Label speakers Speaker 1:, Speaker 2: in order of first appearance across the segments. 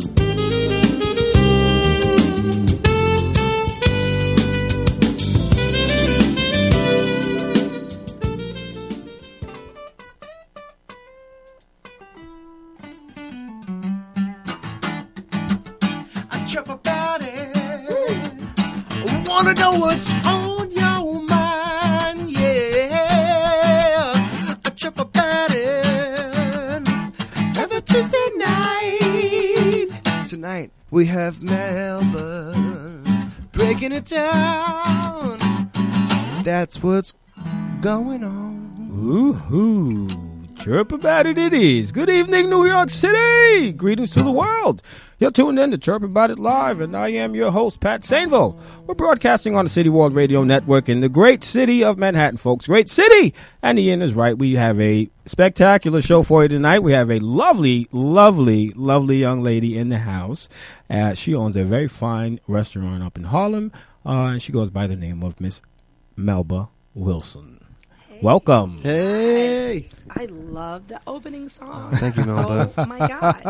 Speaker 1: I trip about it. Wanna know what's on your mind, yeah. I trip about it. Every Tuesday night. Tonight we have Melba breaking it down. That's what's going on.
Speaker 2: Woohoo! Chirp about it, it is. Good evening, New York City. Greetings to the world. You're tuned in to Chirp About It Live, and I am your host, Pat Sainville. We're broadcasting on the City World Radio Network in the great city of Manhattan, folks. Great city! And Ian is right. We have a spectacular show for you tonight. We have a lovely, lovely, lovely young lady in the house. Uh, she owns a very fine restaurant up in Harlem, uh, and she goes by the name of Miss Melba Wilson. Welcome.
Speaker 1: Hey!
Speaker 3: I love the opening song.
Speaker 1: Thank you, Melba.
Speaker 3: Oh my god!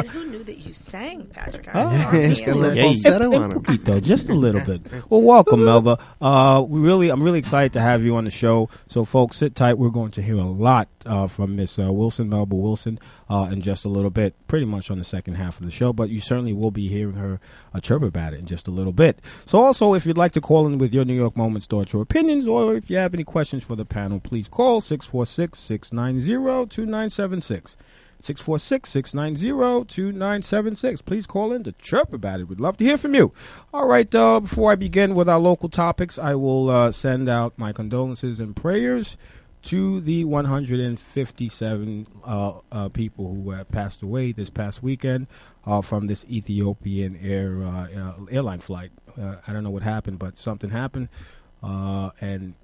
Speaker 3: and who knew that you sang, Patrick? I love
Speaker 1: It's got a
Speaker 3: it.
Speaker 1: little falsetto on him.
Speaker 2: Though, just a little bit. Well, welcome, Melba. Uh, we really, I'm really excited to have you on the show. So, folks, sit tight. We're going to hear a lot uh, from Miss uh, Wilson, Melba Wilson, uh, in just a little bit. Pretty much on the second half of the show, but you certainly will be hearing her uh, chirp about it in just a little bit. So, also, if you'd like to call in with your New York moments, thoughts, or opinions, or if you have any questions for the panel, please call 646 690 2976. 646 690 2976. Please call in to chirp about it. We'd love to hear from you. All right, uh, before I begin with our local topics, I will uh, send out my condolences and prayers to the 157 uh, uh, people who uh, passed away this past weekend uh, from this Ethiopian air uh, uh, airline flight. Uh, I don't know what happened, but something happened, uh, and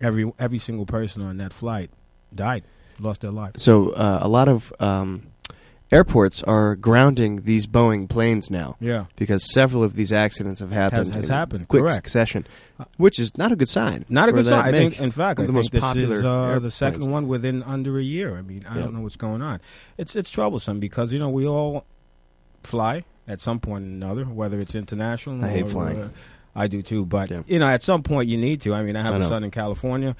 Speaker 2: every every single person on that flight died, lost their life.
Speaker 4: So uh, a lot of um, airports are grounding these Boeing planes now
Speaker 2: Yeah.
Speaker 4: because several of these accidents have happened.
Speaker 2: has
Speaker 4: in
Speaker 2: happened,
Speaker 4: quick
Speaker 2: correct.
Speaker 4: succession, which is not a good sign.
Speaker 2: Not a
Speaker 4: for
Speaker 2: good
Speaker 4: that
Speaker 2: sign. I think,
Speaker 4: make.
Speaker 2: in fact, I
Speaker 4: One of the most
Speaker 2: think this
Speaker 4: popular
Speaker 2: is uh, the
Speaker 4: airplanes.
Speaker 2: second one within under a year. I mean, I
Speaker 4: Yeah.
Speaker 2: don't know what's going on. It's it's troublesome because you know we all fly at some point or another, whether it's international.
Speaker 4: I hate
Speaker 2: or,
Speaker 4: flying.
Speaker 2: uh, I do too, but
Speaker 4: Yeah.
Speaker 2: you know, at some point you need to. I mean, I have
Speaker 4: I
Speaker 2: a
Speaker 4: know.
Speaker 2: son in California.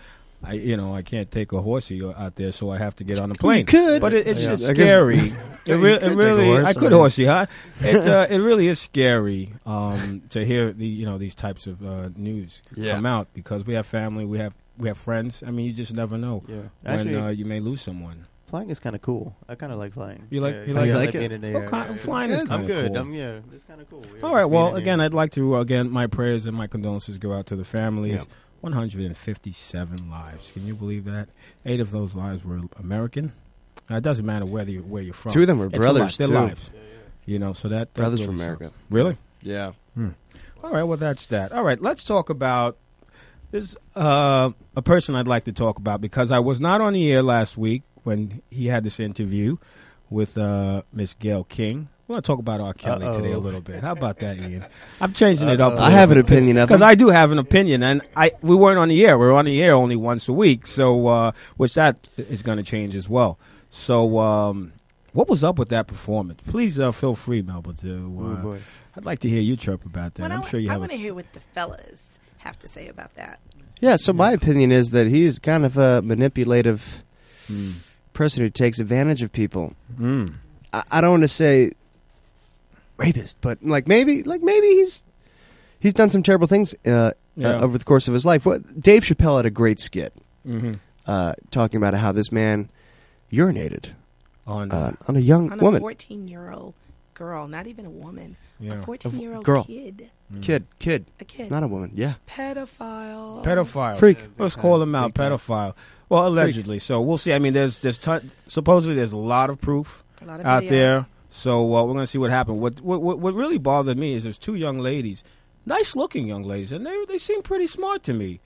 Speaker 2: I you know I can't take a horsey out there, so I have to get on a plane.
Speaker 4: could.
Speaker 2: but it, it's,
Speaker 4: Yeah.
Speaker 2: it's
Speaker 4: I guess-
Speaker 2: scary. it,
Speaker 4: You
Speaker 2: re-
Speaker 4: could
Speaker 2: it
Speaker 4: take a
Speaker 2: really,
Speaker 4: horse,
Speaker 2: I could
Speaker 4: man.
Speaker 2: horsey, huh? It's uh, it really is scary um, to hear the you know these types of uh, news
Speaker 4: Yeah.
Speaker 2: come out because we have family, we have we have friends. I mean, you just never know
Speaker 5: Yeah.
Speaker 2: when
Speaker 5: Actually,
Speaker 2: uh, you may lose someone.
Speaker 5: flying is kind of cool. I kind of like flying.
Speaker 2: You like-
Speaker 5: yeah,
Speaker 2: you like
Speaker 5: yeah,
Speaker 4: it?
Speaker 5: being in the air.
Speaker 2: Okay,
Speaker 5: Yeah, yeah.
Speaker 2: flying
Speaker 5: It's
Speaker 2: is
Speaker 5: I'm
Speaker 2: kinda
Speaker 5: good.
Speaker 2: cool.
Speaker 5: I'm yeah. It's kind of cool.
Speaker 2: All
Speaker 5: yeah, just
Speaker 2: right.
Speaker 5: being
Speaker 2: Well,
Speaker 5: in the
Speaker 2: again,
Speaker 5: air.
Speaker 2: I'd like to again my prayers and my condolences go out to the families.
Speaker 4: Yeah.
Speaker 2: 157 lives. Can you believe that? Eight of those lives were American. Uh, it doesn't matter whether you, where you're from.
Speaker 4: Two of them were
Speaker 2: It's a
Speaker 4: brothers,
Speaker 2: lot. They're
Speaker 4: too.
Speaker 2: lives. You know, so that that
Speaker 4: Brothers
Speaker 2: really
Speaker 4: from
Speaker 2: sucks.
Speaker 4: America.
Speaker 2: Really?
Speaker 4: Yeah.
Speaker 2: All right, well, that's that. All right, let's talk about this uh, a person I'd like to talk about because I was not on the air last week when he had this interview with uh, Miss Gail King. We're going to talk about R. Kelly today a
Speaker 4: Uh-oh.
Speaker 2: little bit. How about that, Ian? I'm changing it up.
Speaker 4: I have an opinion of
Speaker 2: because
Speaker 4: him.
Speaker 2: I do have an opinion, and I we weren't on the air. We are on the air only once a week, so uh, which that is going to change as well. So, um, what was up with that performance? Please uh, feel free, Melba, to. Uh,
Speaker 5: Oh, boy.
Speaker 2: I'd like to hear you chirp about that.
Speaker 3: But
Speaker 2: I'm
Speaker 3: I,
Speaker 2: sure you have.
Speaker 3: want
Speaker 2: a-
Speaker 3: to hear what the fellas have to say about that.
Speaker 4: Yeah, so my opinion is that he's kind of a manipulative person who takes advantage of people.
Speaker 2: Mm.
Speaker 4: I, I don't want to say rapist, but like maybe, like maybe he's he's done some terrible things uh,
Speaker 2: Yeah.
Speaker 4: uh, over the course of his life. What Dave Chappelle had a great skit
Speaker 2: Mhm.
Speaker 4: uh, talking about how this man urinated
Speaker 2: On
Speaker 4: uh, on a young
Speaker 3: On a
Speaker 4: woman,
Speaker 3: 14 year old girl, not even a woman,
Speaker 2: Yeah.
Speaker 3: a 14 year old
Speaker 4: girl.
Speaker 3: kid,
Speaker 4: kid, kid,
Speaker 3: a kid,
Speaker 4: not a woman. Yeah,
Speaker 3: pedophile,
Speaker 2: pedophile.
Speaker 4: freak.
Speaker 2: Let's call him out, pedophile. Well, allegedly. So we'll see. I mean, there's there's ton- supposedly there's a lot of proof
Speaker 3: A lot of
Speaker 2: out
Speaker 3: video.
Speaker 2: there. So uh, we're gonna see what happened. What, what what what really bothered me is there's two young ladies, nice looking young ladies, and they they seem pretty smart to me.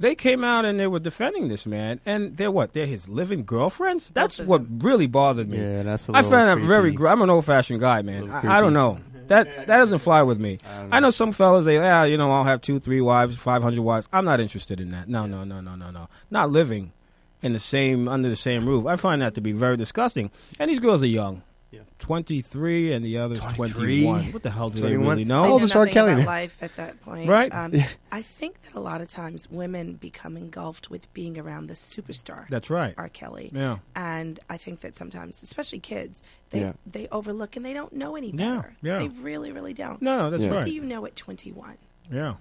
Speaker 2: They came out and they were defending this man, and they're what? They're his living girlfriends. That's
Speaker 3: of
Speaker 2: what really bothered me.
Speaker 5: Yeah, that's a
Speaker 2: I
Speaker 5: little
Speaker 2: found that very.
Speaker 5: creepy.
Speaker 2: Gr- I'm an old fashioned guy, man.
Speaker 5: Little
Speaker 2: I, I don't
Speaker 5: creepy.
Speaker 2: know. That that doesn't fly with me. I know some fellas they ah you know I'll have two three wives five hundred wives. I'm not interested in that. No no no no no no. Not living in the same under the same roof. I find that to be very disgusting. And these girls are young.
Speaker 5: Yeah.
Speaker 2: 23 and the other's
Speaker 4: 23?
Speaker 2: 21. What the hell do
Speaker 4: 21?
Speaker 2: they really
Speaker 4: How
Speaker 3: I
Speaker 2: know?
Speaker 3: know
Speaker 5: Oh.
Speaker 4: old is R.
Speaker 3: nothing
Speaker 4: Kelly
Speaker 3: about
Speaker 4: now?
Speaker 3: life at that point.
Speaker 2: Right.
Speaker 3: Um,
Speaker 4: Yeah.
Speaker 3: I think that a lot of times women become engulfed with being around the superstar
Speaker 2: That's right.
Speaker 3: R. Kelly.
Speaker 2: Yeah.
Speaker 3: And I think that sometimes, especially kids, they
Speaker 4: Yeah.
Speaker 3: they overlook and they don't know any
Speaker 2: Yeah,
Speaker 3: better.
Speaker 2: yeah.
Speaker 3: They really, really don't.
Speaker 2: No, no, that's
Speaker 4: Yeah.
Speaker 3: What do
Speaker 2: right.
Speaker 3: you know at 21?
Speaker 2: Yeah.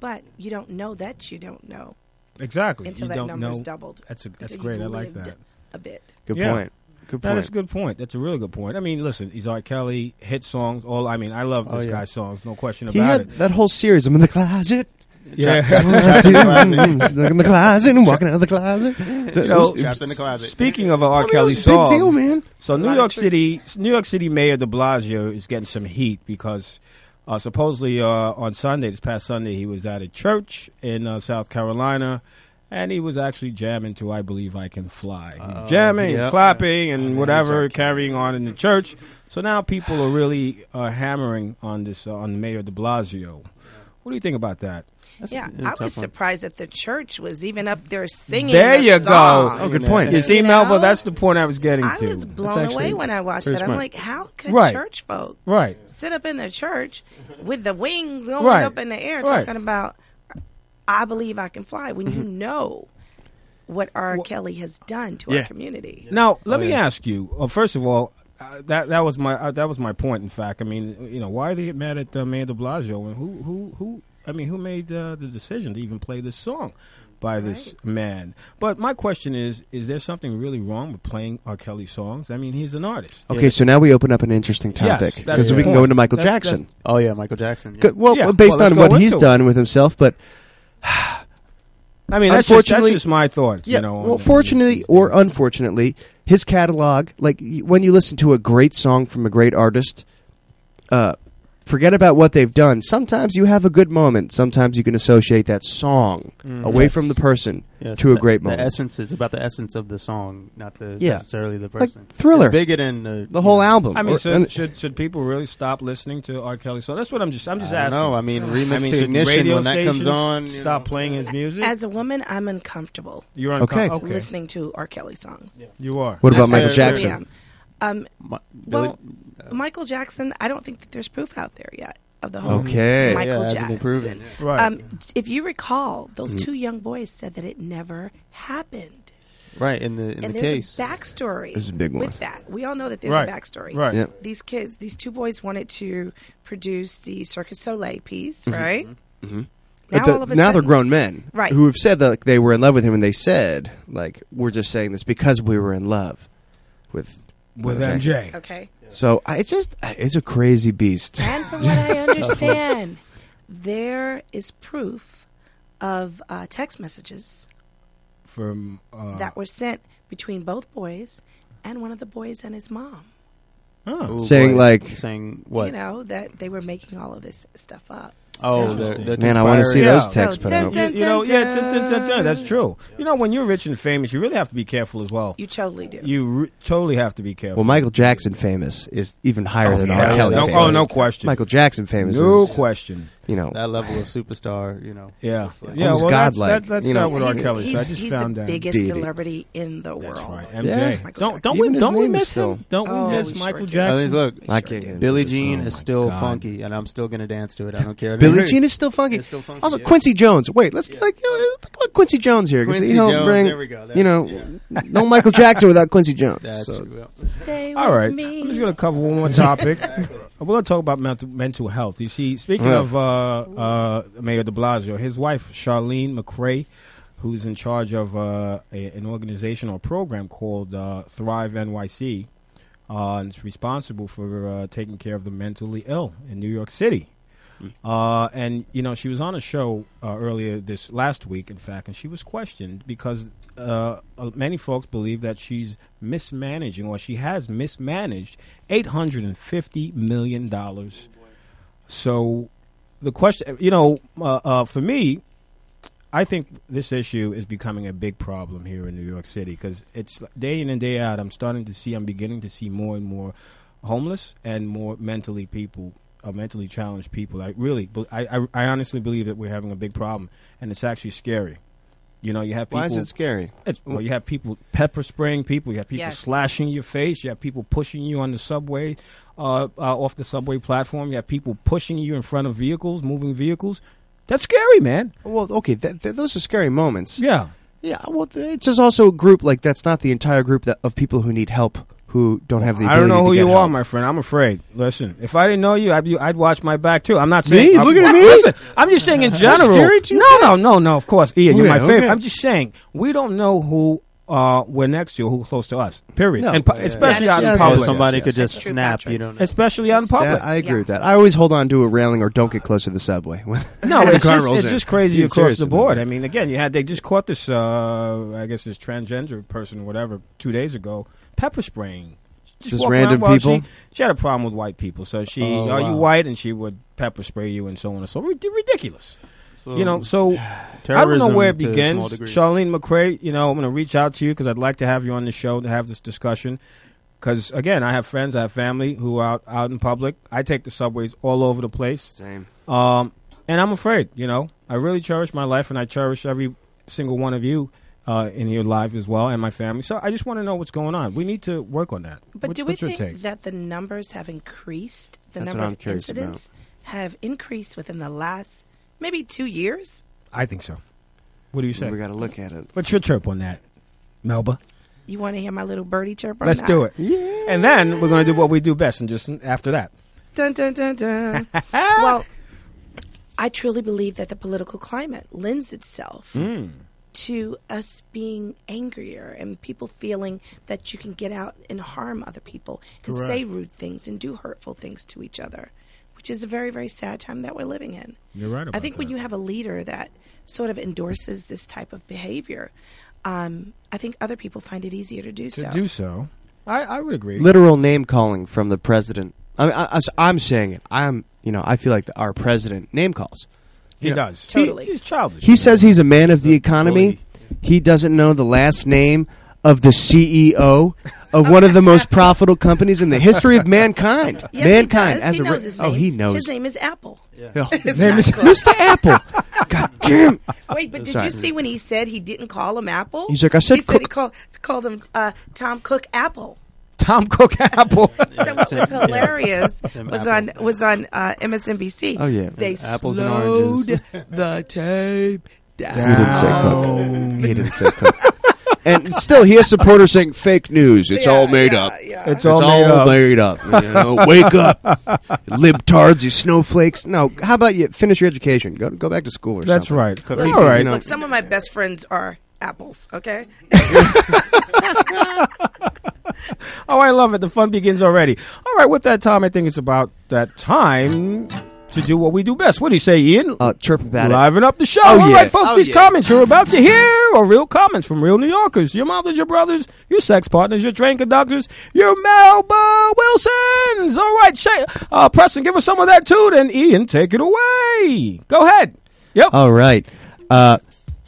Speaker 3: But you don't know that you don't know
Speaker 2: Exactly.
Speaker 3: until
Speaker 2: you
Speaker 3: that
Speaker 2: don't
Speaker 3: number's
Speaker 2: know.
Speaker 3: doubled.
Speaker 2: That's a, that's
Speaker 3: until
Speaker 2: great.
Speaker 3: you've
Speaker 2: I like
Speaker 3: lived
Speaker 2: that.
Speaker 3: A bit.
Speaker 4: Good
Speaker 2: Yeah.
Speaker 4: point. Good
Speaker 2: That is
Speaker 4: point.
Speaker 2: a good point. That's a really good point. I mean, listen, he's R. Kelly hit songs. All I mean, I love
Speaker 4: Oh,
Speaker 2: this
Speaker 4: yeah.
Speaker 2: guy's songs, no question
Speaker 4: He
Speaker 2: about
Speaker 4: had that whole series. I'm in the closet.
Speaker 2: it. Yeah.
Speaker 4: Look in the closet and walking out of the closet. The-
Speaker 2: know,
Speaker 4: oops,
Speaker 5: Trapped in the closet.
Speaker 2: Speaking of a R.
Speaker 4: I mean, it
Speaker 2: Kelly
Speaker 4: was a big
Speaker 2: song,
Speaker 4: deal, man.
Speaker 2: so New
Speaker 5: lot
Speaker 2: York
Speaker 5: of
Speaker 2: City, New York City Mayor De Blasio is getting some heat because uh, supposedly uh, on Sunday, this past Sunday, he was at a church in uh, South Carolina. And he was actually jamming to "I Believe I Can Fly." He was
Speaker 5: Oh,
Speaker 2: jamming, he was
Speaker 5: yep.
Speaker 2: clapping, and
Speaker 5: Yeah,
Speaker 2: whatever,
Speaker 5: exactly.
Speaker 2: carrying on in the church. So now people are really uh, hammering on this uh, on Mayor De Blasio. What do you think about that?
Speaker 3: yeah,
Speaker 5: that's a
Speaker 3: I
Speaker 5: tough
Speaker 3: was
Speaker 5: one.
Speaker 3: surprised that the church was even up there singing.
Speaker 2: There
Speaker 3: the
Speaker 2: you go.
Speaker 3: song.
Speaker 4: Oh, good point.
Speaker 2: You see,
Speaker 3: You
Speaker 2: Melba,
Speaker 3: know?
Speaker 2: that's the point I was getting
Speaker 3: I
Speaker 2: to.
Speaker 3: was blown
Speaker 4: actually
Speaker 3: away when I watched
Speaker 4: pretty
Speaker 3: that. I'm
Speaker 4: smart.
Speaker 3: like, how could
Speaker 2: Right.
Speaker 3: church folk
Speaker 2: right.
Speaker 3: sit up in their church with the wings going
Speaker 2: Right.
Speaker 3: up in the air
Speaker 2: Right.
Speaker 3: talking about I believe I can fly when you know what R. Kelly has done to
Speaker 4: Yeah.
Speaker 3: our community.
Speaker 2: Now, let
Speaker 5: Oh,
Speaker 2: me
Speaker 4: yeah.
Speaker 2: ask you. Uh, first of all, uh, that that was my uh, that was my point. In fact, I mean, you know, why are they mad at uh, Mayor De Blasio and who who who? I mean, who made uh, the decision to even play this song by this man? But my question is: Is there something really wrong with playing R. Kelly songs? I mean, he's an artist.
Speaker 4: Okay, so now we open up an interesting topic
Speaker 2: that's
Speaker 4: because
Speaker 2: the
Speaker 4: we can
Speaker 2: point.
Speaker 4: go into Michael
Speaker 2: That's-
Speaker 4: Jackson.
Speaker 5: Oh yeah, Michael Jackson. Yeah.
Speaker 4: Good- well,
Speaker 2: Yeah,
Speaker 4: based
Speaker 2: well, let's
Speaker 4: on
Speaker 2: go
Speaker 4: what he's
Speaker 2: into it.
Speaker 4: done with himself, but
Speaker 2: I mean, that's just, that's
Speaker 4: Unfortunately-
Speaker 2: just my thoughts.
Speaker 4: yeah,
Speaker 2: you know,
Speaker 4: well,
Speaker 2: on-
Speaker 4: fortunately or unfortunately, his catalog, like y- when you listen to a great song from a great artist, uh, forget about what they've done. Sometimes you have a good moment. Sometimes you can associate that song
Speaker 2: Mm.
Speaker 4: away
Speaker 5: Yes.
Speaker 4: from the person
Speaker 5: Yes,
Speaker 4: to a
Speaker 5: the-
Speaker 4: great
Speaker 5: the
Speaker 4: moment.
Speaker 5: essence is about the essence of the song, not the
Speaker 4: Yeah.
Speaker 5: necessarily the person.
Speaker 4: Thriller.
Speaker 5: It's bigger than the,
Speaker 4: the whole album.
Speaker 2: I mean,
Speaker 4: Or-
Speaker 2: should, should should people really stop listening to R. Kelly? So that's what I'm just I'm just asking.
Speaker 5: No, I mean remix
Speaker 2: I mean,
Speaker 5: to
Speaker 2: should
Speaker 5: ignition
Speaker 2: radio
Speaker 5: when that comes
Speaker 2: stations
Speaker 5: on. you
Speaker 2: Stop
Speaker 5: know.
Speaker 2: playing his music.
Speaker 3: As a woman, I'm uncomfortable
Speaker 2: You're uncom-
Speaker 4: Okay.
Speaker 2: okay.
Speaker 3: listening to R. Kelly songs.
Speaker 2: You are.
Speaker 4: what about Michael
Speaker 5: fair.
Speaker 4: Jackson?
Speaker 3: I am. Um,
Speaker 5: Mi- Billy-
Speaker 3: well, Michael Jackson, I don't think that there's proof out there yet of the whole
Speaker 4: Okay.
Speaker 3: Michael
Speaker 5: Yeah, it
Speaker 3: Jackson.
Speaker 5: hasn't been proven,
Speaker 2: Right.
Speaker 3: Um, if you recall, those two young boys said that it never happened.
Speaker 5: right in the in
Speaker 3: and
Speaker 5: the
Speaker 3: there's
Speaker 5: case.
Speaker 3: a backstory
Speaker 4: This is a big one.
Speaker 3: with that. We all know that there's
Speaker 2: Right.
Speaker 3: a backstory.
Speaker 2: Right.
Speaker 4: Yeah.
Speaker 3: These kids, these two boys wanted to produce the Circus Soleil piece, right? Mm-hmm. Now
Speaker 4: But the-
Speaker 3: all of a
Speaker 4: now
Speaker 3: sudden,
Speaker 4: they're grown men,
Speaker 3: Right.
Speaker 4: Who have said that like, they were in love with him, and they said, like, we're just saying this because we were in love with
Speaker 2: With MJ.
Speaker 3: Okay.
Speaker 4: So I, it's just uh, it's a crazy beast.
Speaker 3: And from what I understand, there is proof of uh, text messages
Speaker 2: From uh,
Speaker 3: that were sent between both boys and one of the boys and his mom.
Speaker 2: oh.
Speaker 5: Ooh,
Speaker 4: Saying, like-
Speaker 5: saying what?
Speaker 3: You know, that they were making all of this stuff up.
Speaker 5: oh,
Speaker 3: So-
Speaker 5: they're, they're
Speaker 4: Man, I want to see
Speaker 2: Yeah.
Speaker 4: those texts put
Speaker 3: dun,
Speaker 4: out.
Speaker 3: dun.
Speaker 2: You know, yeah, dun, dun, dun, dun, that's true. You know, when you're rich and famous, you really have to be careful as well.
Speaker 3: you totally do.
Speaker 2: You re- totally have to be careful.
Speaker 4: Well, Michael Jackson famous is even higher than R.
Speaker 2: yeah.
Speaker 4: Kelly.
Speaker 2: No-
Speaker 4: famous.
Speaker 2: oh, no question.
Speaker 4: Michael Jackson famous.
Speaker 2: no
Speaker 4: is,
Speaker 2: question.
Speaker 4: You know,
Speaker 5: that level of superstar. You know.
Speaker 2: Yeah,
Speaker 5: Just like-
Speaker 2: yeah.
Speaker 4: Almost
Speaker 2: well, that's,
Speaker 4: godlike,
Speaker 2: that, that's
Speaker 4: you know.
Speaker 2: not what R.
Speaker 3: He's-
Speaker 2: Kelly is. I
Speaker 3: he's-
Speaker 2: just
Speaker 3: he's
Speaker 2: found
Speaker 3: the
Speaker 2: out.
Speaker 3: biggest
Speaker 4: Deity.
Speaker 3: celebrity in the
Speaker 2: That's
Speaker 3: world.
Speaker 2: right.
Speaker 4: Yeah.
Speaker 2: MJ.
Speaker 3: Michael
Speaker 2: Don't don't
Speaker 4: Jackson.
Speaker 2: we
Speaker 4: Even
Speaker 2: don't
Speaker 4: his
Speaker 2: we
Speaker 4: name is
Speaker 2: miss
Speaker 4: still-
Speaker 2: him? Don't
Speaker 3: Oh,
Speaker 2: we miss
Speaker 3: we
Speaker 2: Michael
Speaker 3: sure do.
Speaker 5: I
Speaker 2: Jackson?
Speaker 5: mean, look,
Speaker 4: I can't. get into
Speaker 5: Billie
Speaker 4: this.
Speaker 5: Jean
Speaker 2: Oh
Speaker 5: is
Speaker 2: my
Speaker 5: still
Speaker 2: God.
Speaker 5: funky, and I'm still gonna dance to it. I don't care.
Speaker 4: Billie Jean is still funky.
Speaker 5: It's still funky,
Speaker 4: also,
Speaker 5: yeah.
Speaker 4: Quincy Jones. Wait, let's like uh, think about Quincy Jones here because
Speaker 5: Quincy
Speaker 4: he'll
Speaker 5: Jones,
Speaker 4: bring.
Speaker 5: there we go, there-
Speaker 4: you know, no Michael Jackson without Quincy Jones.
Speaker 5: That's
Speaker 4: So-
Speaker 5: true.
Speaker 3: Stay
Speaker 2: All
Speaker 3: with
Speaker 2: right,
Speaker 3: me.
Speaker 2: I'm just going to cover one more topic. We're going to talk about mental, mental health. You see, speaking
Speaker 4: Yeah.
Speaker 2: of uh, uh, Mayor De Blasio, his wife Charlene McRae, who's in charge of uh, a, an organization or program called uh, Thrive NYC, uh, and is responsible for uh, taking care of the mentally ill in New York City. Uh, and you know, she was on a show uh, earlier this last week, in fact, and she was questioned because uh, uh, many folks believe that she's mismanaging or she has mismanaged eight hundred and fifty million dollars. So, the question, you know, uh, uh, for me, I think this issue is becoming a big problem here in New York City because it's like day in and day out. I'm starting to see, I'm beginning to see more and more homeless and more mentally people uh, mentally challenged people. I really, be- I, I, I honestly believe that we're having a big problem, and it's actually scary. You know, you have people.
Speaker 4: Why is it scary?
Speaker 2: It's, well, you have people pepper spraying people. You have people
Speaker 3: Yes.
Speaker 2: slashing your face. You have people pushing you on the subway, uh, uh, off the subway platform. You have people pushing you in front of vehicles, moving vehicles. That's scary, man.
Speaker 4: Well, okay, that, that, those are scary moments.
Speaker 2: Yeah.
Speaker 4: Yeah, well, th- it's just also a group like that's not the entire group that, of people who need help who don't have the.
Speaker 2: I don't
Speaker 4: ability
Speaker 2: know
Speaker 4: to
Speaker 2: who
Speaker 4: get
Speaker 2: you
Speaker 4: help.
Speaker 2: are, my friend. I'm afraid. Listen, if I didn't know you, I'd, be, I'd watch my back too. I'm not
Speaker 4: Me?
Speaker 2: saying. I'm-
Speaker 4: Look at me?
Speaker 2: Listen, I'm just saying in general.
Speaker 4: scary to you, Oh,
Speaker 2: no, no, no, no. Of course, Ian, you're
Speaker 4: Okay,
Speaker 2: my favorite.
Speaker 4: okay.
Speaker 2: I'm just saying we don't know who uh, we're next to, who's close to us. Period.
Speaker 4: No.
Speaker 2: and pu-
Speaker 4: Yeah.
Speaker 2: especially
Speaker 3: That's
Speaker 2: out
Speaker 4: true.
Speaker 2: in
Speaker 4: Yeah,
Speaker 2: public.
Speaker 4: yeah,
Speaker 5: somebody
Speaker 4: yes,
Speaker 3: yes.
Speaker 5: could just
Speaker 3: That's true,
Speaker 5: snap.
Speaker 3: Patrick.
Speaker 5: You don't know.
Speaker 2: Especially out in public.
Speaker 4: That- I agree
Speaker 3: Yeah.
Speaker 4: with that. I always hold on to a railing or don't get close to the subway.
Speaker 2: No,
Speaker 4: When the
Speaker 2: it's
Speaker 4: car
Speaker 2: just,
Speaker 4: rolls
Speaker 2: it's
Speaker 4: in.
Speaker 2: just crazy
Speaker 4: Yeah,
Speaker 2: across the
Speaker 4: seriously,
Speaker 2: board. I
Speaker 4: man.
Speaker 2: mean, again, you had they just caught this, uh, I guess, this transgender person or whatever two days ago, pepper spraying.
Speaker 4: Just
Speaker 2: walking around
Speaker 4: random
Speaker 2: while
Speaker 4: people?
Speaker 2: She, she had a problem with white people, so she
Speaker 5: Oh,
Speaker 2: are you
Speaker 5: wow.
Speaker 2: white, and she would pepper spray you and so on and so. Rid- Ridiculous,
Speaker 5: So,
Speaker 2: you know. So I don't
Speaker 5: terrorism
Speaker 2: know where it
Speaker 5: to a
Speaker 2: begins.
Speaker 5: small degree.
Speaker 2: Charlene McRae, you know, I'm going to reach out to you because I'd like to have you on the show to have this discussion. Because again, I have friends, I have family who are out, out in public. I take the subways all over the place.
Speaker 4: Same.
Speaker 2: Um, and I'm afraid, you know, I really cherish my life and I cherish every single one of you uh, in your life as well and my family. So I just want to know what's going on. We need to work on that.
Speaker 3: But
Speaker 2: What-
Speaker 3: do we
Speaker 2: what's your
Speaker 3: think
Speaker 2: take?
Speaker 3: that the numbers have increased? The
Speaker 4: That's
Speaker 3: number
Speaker 4: what I'm
Speaker 3: of
Speaker 4: curious about.
Speaker 3: incidents have increased within the last maybe two years.
Speaker 2: I think so. What do you say?
Speaker 4: We got to look at it.
Speaker 2: What's your trip on that, Melba?
Speaker 3: You want to hear my little birdie chirp?
Speaker 2: Let's do it. And then we're going to do what we do best and just after that.
Speaker 3: Dun dun dun dun. well, I truly believe that the political climate lends itself
Speaker 2: Hmm.
Speaker 3: to us being angrier and people feeling that you can get out and harm other people and say rude things and do hurtful things to each other, which is a very, very sad time that we're living in.
Speaker 2: You're right
Speaker 3: I
Speaker 2: about
Speaker 3: think when
Speaker 2: that.
Speaker 3: you have a leader that sort of endorses this type of behavior, um, I think other people find it easier to do
Speaker 2: To
Speaker 3: so.
Speaker 2: do so, I, I would agree.
Speaker 4: Literal name calling from the president. I mean, I, am saying it. I'm, you know, I feel like our president name calls.
Speaker 2: he does.
Speaker 3: Totally.
Speaker 2: He- he's childish.
Speaker 4: He says he's a man of the
Speaker 5: bully.
Speaker 4: economy. He doesn't know the last name of the CEO of one of the most profitable companies in the history of mankind.
Speaker 3: Yes,
Speaker 4: mankind
Speaker 3: he does.
Speaker 4: as
Speaker 3: he
Speaker 4: a re-
Speaker 3: knows his name.
Speaker 4: oh, he knows.
Speaker 3: His name is Apple.
Speaker 4: Oh,
Speaker 3: It's
Speaker 4: name
Speaker 3: not
Speaker 4: is
Speaker 3: good.
Speaker 4: Mr. Apple. God damn.
Speaker 3: Wait, but did
Speaker 4: Sorry.
Speaker 3: you see when he said he didn't call him Apple?
Speaker 4: He's like, I said
Speaker 3: he said he
Speaker 4: Cook.
Speaker 3: called called him uh, Tom Cook Apple.
Speaker 2: Tom Cook Apple.
Speaker 3: So what was
Speaker 5: Tim-
Speaker 3: hilarious
Speaker 5: Tim
Speaker 3: was
Speaker 5: Apple.
Speaker 3: on was on uh, MSNBC.
Speaker 4: Oh, yeah.
Speaker 3: they
Speaker 5: apples and oranges.
Speaker 2: the tape down.
Speaker 4: He didn't say Cook. He didn't say Cook. and still, he has supporters saying fake news. It's all made up.
Speaker 3: Yeah,
Speaker 2: It's
Speaker 4: It's all,
Speaker 2: all made up.
Speaker 4: made up. you know? Wake up, libtards, you snowflakes. No, how about you finish your education? Go go back to school or
Speaker 2: That's
Speaker 4: something.
Speaker 2: right.
Speaker 4: At least,
Speaker 2: All right.
Speaker 4: you know,
Speaker 3: Look, some of my best friends are apples. Okay,
Speaker 2: Oh, I love it. The fun begins already. All right, with that time, I think it's about that time to do what we do best. What do you say, Ian?
Speaker 4: uh, chirp about it.
Speaker 2: Liven up the show.
Speaker 4: Oh,
Speaker 2: All
Speaker 4: yeah.
Speaker 2: right, folks,
Speaker 4: Oh,
Speaker 2: these
Speaker 4: yeah.
Speaker 2: comments you're about to hear are real comments from real New Yorkers. Your mothers, your brothers, your sex partners, your train conductors, your Melba Wilsons. All right, Shay, uh, Preston, give us some of that too. Then, Ian, take it away. Go ahead. Yep.
Speaker 4: All right. Uh,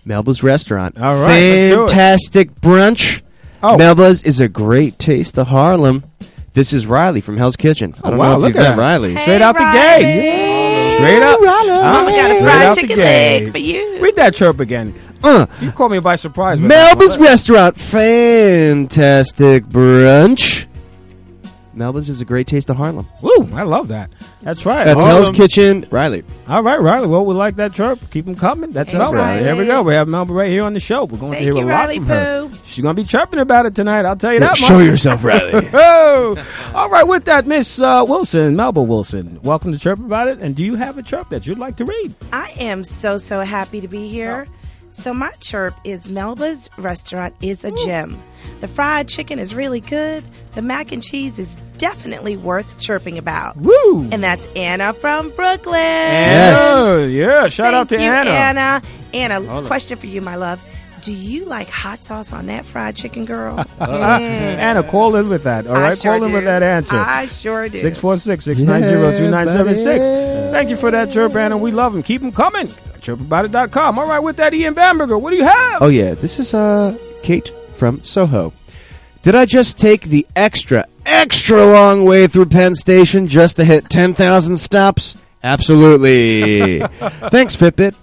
Speaker 4: Melba's Restaurant.
Speaker 2: All right, let's do it.
Speaker 4: Fantastic brunch.
Speaker 2: Oh.
Speaker 4: Melba's is a great taste of Harlem. This is Riley from Hell's Kitchen. I don't
Speaker 2: Oh, wow,
Speaker 4: know if
Speaker 2: look
Speaker 4: you've met
Speaker 2: at her.
Speaker 4: Riley.
Speaker 2: Straight out the
Speaker 3: Riley.
Speaker 2: gate. Straight up. Huh?
Speaker 4: Oh,
Speaker 3: Mama got a
Speaker 2: Straight
Speaker 3: fried
Speaker 2: out the
Speaker 3: chicken
Speaker 2: gate.
Speaker 3: leg for you.
Speaker 2: Read that chirp again.
Speaker 4: Uh,
Speaker 2: You caught me by surprise. with that
Speaker 4: Melba's
Speaker 2: one.
Speaker 4: Restaurant. Fantastic brunch. Melba's is a great taste of Harlem.
Speaker 2: Woo, I love that. That's right.
Speaker 4: That's
Speaker 2: Harlem.
Speaker 4: Hell's Kitchen. Riley.
Speaker 2: All right, Riley. Well, we like that chirp. Keep them coming. That's
Speaker 3: Thank
Speaker 2: Melba.
Speaker 4: you, Riley.
Speaker 2: There we go. We have Melba right here on the show. We're going
Speaker 3: Thank
Speaker 2: to hear a
Speaker 3: you,
Speaker 2: lot
Speaker 3: Riley
Speaker 2: from her.
Speaker 3: Pooh.
Speaker 2: She's going to be chirping about it tonight. I'll tell you that.
Speaker 4: Show
Speaker 2: much.
Speaker 4: yourself, Riley.
Speaker 2: Oh, all right. With that, Miss uh, Wilson, Melba Wilson, welcome to Chirp About It. And do you have a chirp that you'd like to read?
Speaker 3: I am so so happy to be here.
Speaker 4: Oh.
Speaker 3: So my chirp is Melba's restaurant is a gem. The fried chicken is really good. The mac and cheese is definitely worth chirping about.
Speaker 2: Woo!
Speaker 3: And that's Anna from Brooklyn.
Speaker 4: Yes.
Speaker 2: Anna. yeah. Shout
Speaker 3: Thank
Speaker 2: out to
Speaker 3: you,
Speaker 2: Anna.
Speaker 3: Anna. Anna,
Speaker 2: Hold on.
Speaker 3: question for you, my love. Do you like hot sauce on that fried chicken, girl?
Speaker 2: Uh, Anna, call in with that. All right,
Speaker 3: I sure
Speaker 2: call in
Speaker 3: do.
Speaker 2: with that answer.
Speaker 3: I sure do.
Speaker 2: 646-690-2976. Thank you for that chirp, Anna. We love them. Keep them coming. Chirpaboutit.com. All right, with that, Ian Bamberger, what do you have?
Speaker 4: Oh yeah, this is uh Kate from Soho. Did I just take the extra extra long way through Penn Station just to hit 10,000 stops? Absolutely. Thanks, Fitbit.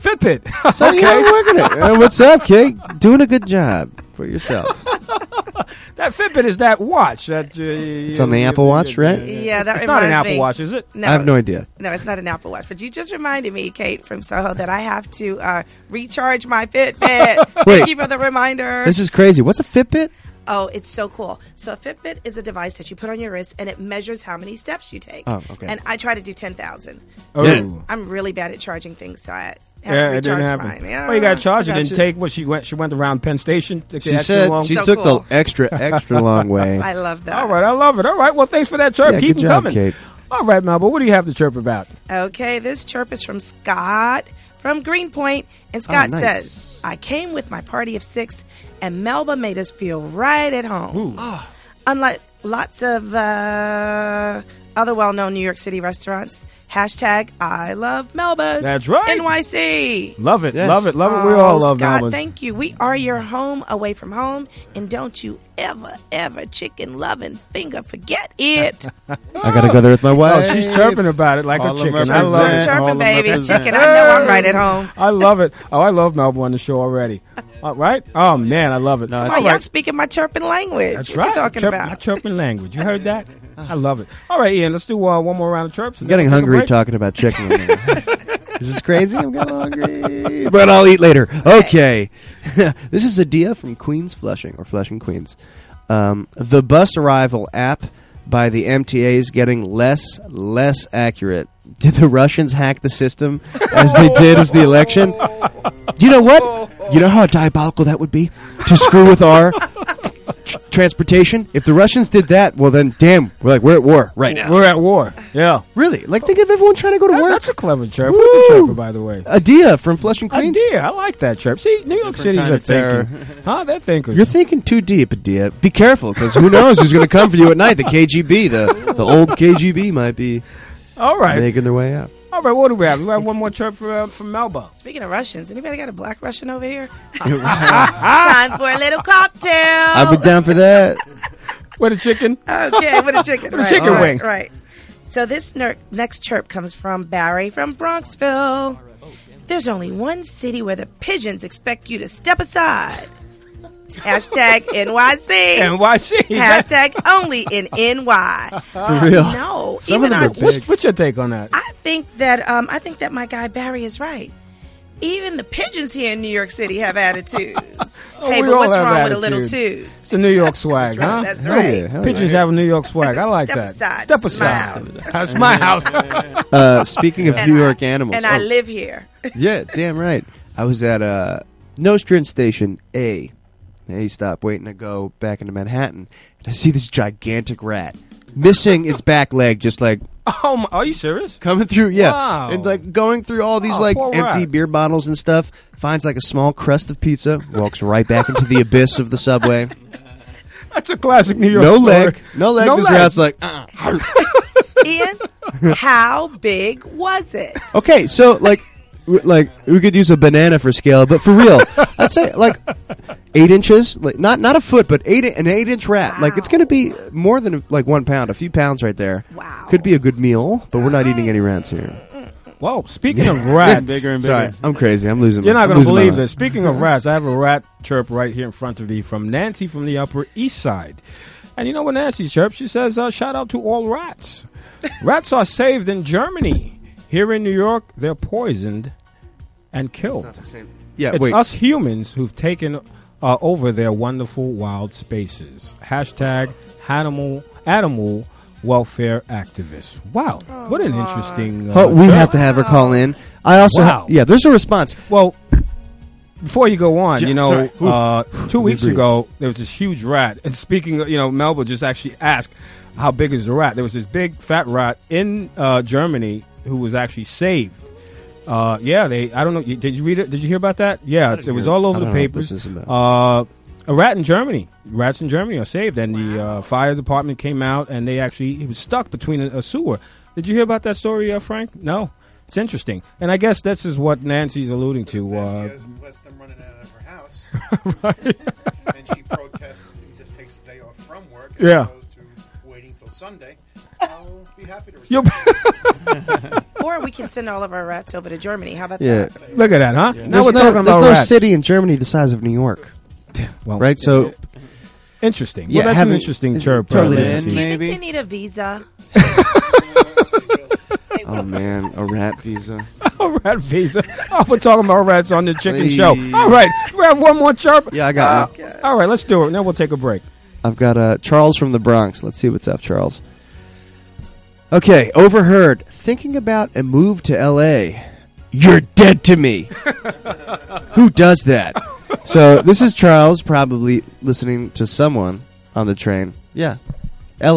Speaker 2: Fitbit.
Speaker 4: So okay. you're working it. Uh, what's up, Kate? Doing a good job for yourself.
Speaker 2: that Fitbit is that watch. That uh, it's
Speaker 4: on the Apple Watch, right?
Speaker 3: Yeah, that
Speaker 2: it's not an
Speaker 3: reminds
Speaker 2: Apple
Speaker 3: me.
Speaker 2: Watch, is it?
Speaker 3: No,
Speaker 4: I have no idea.
Speaker 3: No, it's not an Apple Watch. But you just reminded me, Kate from Soho, that I have to uh, recharge my Fitbit.
Speaker 4: Wait.
Speaker 3: Thank you for the reminder.
Speaker 4: This is crazy. What's a Fitbit?
Speaker 3: oh, it's so cool. So a Fitbit is a device that you put on your wrist, and it measures how many steps you take.
Speaker 4: Oh, okay.
Speaker 3: And I try to do ten thousand.
Speaker 2: Oh.
Speaker 3: I'm really bad at charging things, so I haven't
Speaker 2: Yeah, it
Speaker 3: recharged
Speaker 2: didn't happen.
Speaker 3: mine. Yeah.
Speaker 2: Well, you got to charge it
Speaker 4: Gotcha.
Speaker 2: and take what she went. She went around Penn Station. took the
Speaker 4: She
Speaker 2: extra
Speaker 4: said
Speaker 2: long-
Speaker 4: she
Speaker 3: So
Speaker 4: took
Speaker 3: cool.
Speaker 4: the extra, extra long way.
Speaker 3: I love that.
Speaker 2: All right, I love it. All right, well, thanks for that chirp.
Speaker 4: Yeah,
Speaker 2: Keep
Speaker 4: good
Speaker 2: 'em
Speaker 4: job,
Speaker 2: coming.
Speaker 4: Kate.
Speaker 2: All right, Malbo, what do you have to chirp about?
Speaker 3: Okay, this chirp is from Scott from Greenpoint.
Speaker 2: Ah,
Speaker 3: And Scott
Speaker 4: nice.
Speaker 3: says, I came with my party of six, and Melba made us feel right at home. Unlike lots of uh, other well known New York City restaurants, hashtag I love Melba's.
Speaker 2: That's right.
Speaker 3: NYC.
Speaker 2: Love it,
Speaker 4: Yes.
Speaker 2: love it, love it. We all
Speaker 3: Oh,
Speaker 2: love
Speaker 3: Scott,
Speaker 2: Malbos.
Speaker 3: thank you. We are your home away from home, and don't you ever, ever chicken loving finger forget it.
Speaker 4: I gotta go there with my
Speaker 2: Oh,
Speaker 4: wife.
Speaker 2: she's chirping about it like
Speaker 5: All
Speaker 2: a
Speaker 5: of
Speaker 2: chicken. I
Speaker 5: represent.
Speaker 2: love it.
Speaker 5: All
Speaker 3: Chirping,
Speaker 5: of
Speaker 3: baby,
Speaker 5: represent.
Speaker 3: chicken. I know I'm right at home.
Speaker 2: I love it. Oh, I love Malbo on the show already. All right? Oh, man, I love it.
Speaker 3: Come on, y'all speaking my chirping language.
Speaker 2: That's
Speaker 3: what
Speaker 2: right.
Speaker 3: you talking
Speaker 2: Chirp- My
Speaker 3: about?
Speaker 2: chirping language. You heard that? I love it. All right, Ian, let's do uh, one more round of chirps.
Speaker 4: I'm getting hungry talking about chicken. right now. Is this crazy? I'm getting hungry, but I'll eat later. Okay. this is Adia from Queens Flushing or Flushing Queens. Um, the bus arrival app by the MTA is getting less less accurate. Did the Russians hack the system as they did as the election? You know what? You know how diabolical that would be to screw with our tr- transportation. If the Russians did that, well then, damn, we're like we're at war right now.
Speaker 2: We're at war. Yeah.
Speaker 4: Really? Like, think of everyone trying to go to
Speaker 2: That-
Speaker 4: work.
Speaker 2: that's a clever chirp. What's a
Speaker 4: Woo!
Speaker 2: chirper, by the way?
Speaker 4: Adia from Flushing, Queens.
Speaker 2: Idea. I like that chirp. See, New York City's
Speaker 5: kind
Speaker 2: are
Speaker 5: of terror.
Speaker 2: thinking. Huh? They're thinkers.
Speaker 4: You're thinking too deep, Adia. Be careful, because who knows who's going to come for you at night? The KGB, the the old KGB, might be
Speaker 2: All right.
Speaker 4: making their way out.
Speaker 2: All right, what do we have? We have one more chirp for, uh, from Melba.
Speaker 3: Speaking of Russians, anybody got a black Russian over here? Time for a little cocktail.
Speaker 4: I'd be down for that.
Speaker 2: With a chicken?
Speaker 3: okay, with a chicken.
Speaker 2: With a
Speaker 3: right,
Speaker 2: chicken
Speaker 3: right,
Speaker 2: wing.
Speaker 3: Right. So this ner- next chirp comes from Barry from Bronxville. There's only one city where the pigeons expect you to step aside. Hashtag NYC.
Speaker 2: NYC.
Speaker 3: Hashtag only in NY.
Speaker 4: For real.
Speaker 3: Oh, No,
Speaker 4: Some of
Speaker 3: even
Speaker 4: them
Speaker 3: our
Speaker 4: are big.
Speaker 2: What's, what's your take on that?
Speaker 3: I think that um, I think that my guy Barry is right. Even the pigeons here in New York City have attitudes. hey,
Speaker 4: Oh,
Speaker 2: we
Speaker 3: but
Speaker 2: all
Speaker 3: what's
Speaker 2: have
Speaker 3: wrong with a little
Speaker 2: attitude.
Speaker 3: too?
Speaker 2: It's the New York swag,
Speaker 3: That's right,
Speaker 2: huh?
Speaker 3: that's
Speaker 4: Hell
Speaker 3: right.
Speaker 4: yeah, hell yeah.
Speaker 2: Pigeons have a New York swag. I like
Speaker 3: Step
Speaker 2: that.
Speaker 3: aside.
Speaker 2: Step
Speaker 3: It's my
Speaker 2: aside.
Speaker 3: house.
Speaker 2: That's my house.
Speaker 4: Uh, speaking of
Speaker 3: And
Speaker 4: New
Speaker 3: I-
Speaker 4: York animals,
Speaker 3: And I
Speaker 4: oh,
Speaker 3: live here.
Speaker 4: yeah, damn right. I was at uh, Nostrand Station A, A stop, waiting to go back into Manhattan, and I see this gigantic rat missing its back leg, just like
Speaker 2: oh, my, are you serious?
Speaker 4: coming through, yeah,
Speaker 2: Wow.
Speaker 4: and like going through all these
Speaker 2: Oh,
Speaker 4: like
Speaker 2: poor
Speaker 4: empty
Speaker 2: rat.
Speaker 4: beer bottles and stuff. Finds like a small crust of pizza, walks right back into the abyss of the subway.
Speaker 2: That's a classic New York
Speaker 4: No
Speaker 2: story.
Speaker 4: leg, no leg.
Speaker 2: No
Speaker 4: this
Speaker 2: leg.
Speaker 4: rat's like, uh
Speaker 3: Ian, how big was it?
Speaker 4: okay, so like, w- like we could use a banana for scale, but for real, I'd say like eight inches, like not not a foot, but eight an eight inch rat. Like it's gonna be more than like one pound, a few pounds right there.
Speaker 3: Wow.
Speaker 4: could be a good meal, but we're not eating any rats here.
Speaker 2: Whoa, speaking of rats.
Speaker 5: bigger and bigger.
Speaker 4: Sorry, I'm crazy. I'm losing.
Speaker 2: You're not
Speaker 4: going to
Speaker 2: believe this. Speaking of rats, I have a rat chirp right here in front of me from Nancy from the Upper East Side. And you know what Nancy chirps? She says, uh, shout out to all rats. rats are saved in Germany. Here in New York, they're poisoned and killed.
Speaker 4: Yeah,
Speaker 2: It's
Speaker 4: wait.
Speaker 2: us humans who've taken uh, over their wonderful wild spaces. Hashtag animal animal welfare activists. Wow, what an interesting. Uh,
Speaker 4: Oh, we
Speaker 2: show.
Speaker 4: have to have her call in. I also,
Speaker 2: Wow.
Speaker 4: yeah, there's a response.
Speaker 2: Well, before you go on,
Speaker 4: Yeah,
Speaker 2: you know,
Speaker 4: sorry. Ooh.
Speaker 2: uh, two
Speaker 4: me
Speaker 2: weeks
Speaker 4: breathe.
Speaker 2: ago there was this huge rat. And speaking, of, you know, Melba just actually asked how big is the rat. There was this big fat rat in uh, Germany who was actually saved. Uh, yeah, they. I don't know. you- Did you read it? Did you hear about that? Yeah, it's, it was
Speaker 4: hear it.
Speaker 2: all
Speaker 4: I
Speaker 2: over the
Speaker 4: don't know what
Speaker 2: papers.
Speaker 4: this is about.
Speaker 2: Uh, a rat in Germany. Rats in Germany are saved, and the uh, fire department came out, and they actually he was stuck between a, a sewer. Did you hear about that story, uh, Frank? No, it's interesting, and I guess this is what Nancy's alluding to. Uh,
Speaker 6: Nancy has lets them running out of her house. and she protests and just takes a day off from work as
Speaker 2: Yeah.
Speaker 6: opposed to Sunday, I'll be happy to receive.
Speaker 2: You're-
Speaker 3: or we can send all of our rats over to Germany. How about
Speaker 4: Yeah.
Speaker 3: that?
Speaker 2: Look at that, huh? Now
Speaker 4: there's
Speaker 2: we're
Speaker 4: no,
Speaker 2: talking
Speaker 4: there's
Speaker 2: about
Speaker 4: no
Speaker 2: rats.
Speaker 4: city in Germany the size of New York,
Speaker 2: Well,
Speaker 4: right? So
Speaker 2: interesting.
Speaker 4: Yeah,
Speaker 2: well, that's an
Speaker 4: having-
Speaker 2: interesting chirp.
Speaker 4: Totally
Speaker 2: uh,
Speaker 4: different
Speaker 3: Do
Speaker 2: Nancy.
Speaker 3: you think
Speaker 5: Maybe.
Speaker 3: they need a visa?
Speaker 4: oh man, a rat visa.
Speaker 2: A rat visa. Oh, we're talking about rats on the chicken
Speaker 4: Please.
Speaker 2: show. All right, we have one more chirp.
Speaker 4: Yeah, I got one.
Speaker 2: Uh, all right, let's do it. Now we'll take a break.
Speaker 4: I've got uh, Charles from the Bronx. Let's see what's up, Charles. Okay, overheard. Thinking about a move to L.A. You're dead to me. Who does that? So this is Charles, probably listening to someone on the train. Yeah, Oh.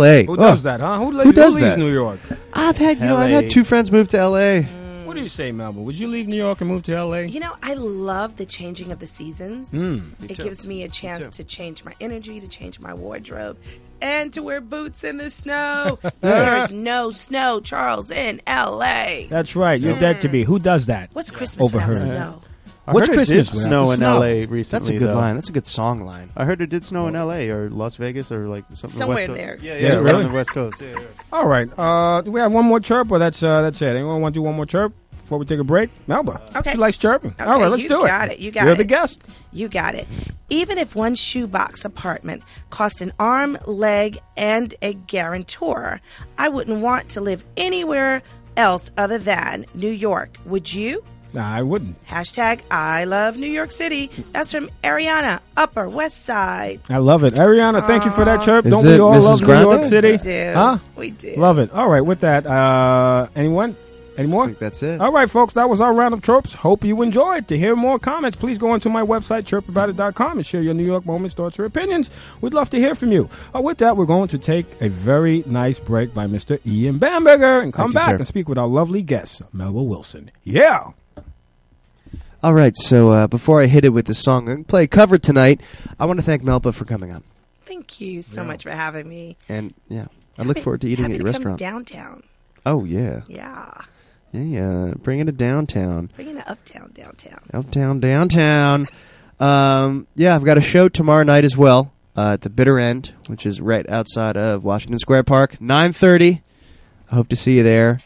Speaker 4: L.A.
Speaker 2: Who does that, huh? Who, le-
Speaker 4: does
Speaker 2: leaves
Speaker 4: that?
Speaker 2: New York?
Speaker 4: I've had you know, I've
Speaker 5: LA.
Speaker 4: had two friends move to L.A.
Speaker 2: What do you say, Melvin? Would you leave New York and move to L.A.?
Speaker 3: You know, I love the changing of the seasons. it gives me a chance to change my energy, to change my wardrobe, and to wear boots in the snow. There's no snow, Charles, in L.A.
Speaker 2: That's right. You're dead to me. Who does that?
Speaker 3: What's Christmas without
Speaker 2: Overheard.
Speaker 3: snow?
Speaker 5: I
Speaker 2: What's
Speaker 5: heard
Speaker 2: Christmas
Speaker 5: It did
Speaker 2: without
Speaker 5: snow
Speaker 2: the
Speaker 5: in
Speaker 2: snow?
Speaker 5: L.A.
Speaker 4: That's
Speaker 5: recently.
Speaker 4: a good
Speaker 5: though.
Speaker 4: line. That's a good song line.
Speaker 5: I heard it did snow in L.A. or Las Vegas or like something
Speaker 3: Somewhere
Speaker 5: West Coast.
Speaker 3: there.
Speaker 6: Yeah,
Speaker 5: Yeah,
Speaker 6: yeah.
Speaker 5: around
Speaker 2: really?
Speaker 5: the West Coast. Yeah, yeah.
Speaker 2: All right. Uh, do we have one more chirp, or that's uh, that's it? Anyone want to do one more chirp before we take a break? Melba.
Speaker 3: Okay.
Speaker 2: She likes chirping.
Speaker 3: Okay,
Speaker 2: All right, let's
Speaker 3: you
Speaker 2: do it.
Speaker 3: got it, you got
Speaker 2: You're the
Speaker 3: it.
Speaker 2: guest.
Speaker 3: You got it. Even if one shoebox apartment cost an arm, leg, and a guarantor, I wouldn't want to live anywhere else other than New York. Would you?
Speaker 2: Nah, I wouldn't.
Speaker 3: Hashtag I love New York City. That's from Ariana, Upper West Side.
Speaker 2: I love it, Ariana. Thank you for that chirp.
Speaker 4: Is
Speaker 2: Don't
Speaker 4: it
Speaker 2: we all
Speaker 4: Mrs.
Speaker 2: love
Speaker 4: Grande?
Speaker 2: New York City?
Speaker 3: We do.
Speaker 2: Huh?
Speaker 3: We do.
Speaker 2: Love it. All right. With that, uh, anyone? Any more?
Speaker 4: I think that's it.
Speaker 2: All right, folks, that was our round of tropes. Hope you enjoyed. To hear more comments, please go onto my website, chirpaboutit.com, and share your New York moments, thoughts, or opinions. We'd love to hear from you. Uh, with that, we're going to take a very nice break by Mr. Ian Bamberger and come
Speaker 4: Thank you,
Speaker 2: back
Speaker 4: sir.
Speaker 2: and speak with our lovely guest, Melba Wilson. Yeah.
Speaker 4: All right, so uh, before I hit it with the song and play cover tonight, I want to thank Melba for coming on.
Speaker 3: Thank you so much for having me.
Speaker 4: And yeah, I look forward to eating
Speaker 3: Happy
Speaker 4: at your
Speaker 3: to
Speaker 4: restaurant.
Speaker 3: Come downtown.
Speaker 4: Oh yeah,
Speaker 3: Yeah.
Speaker 4: yeah, yeah. Bringing it downtown,
Speaker 3: Bringing it uptown, downtown.
Speaker 4: uptown, downtown. Um, yeah, I've got a show tomorrow night as well uh, at the Bitter End, which is right outside of Washington Square Park. Nine thirty. I hope to see you there.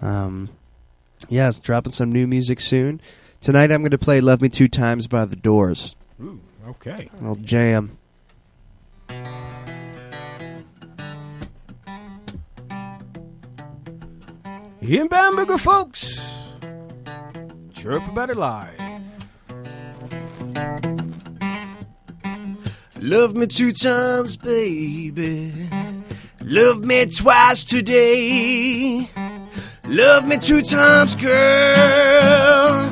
Speaker 4: Um, yeah, it's dropping some new music soon. Tonight I'm going to play "Love Me Two Times" by The Doors.
Speaker 2: Okay.
Speaker 4: An old jam.
Speaker 2: Ian Bamberger, folks. Chirp About It Live.
Speaker 1: Love me two times, baby. Love me twice today. Love me two times, girl.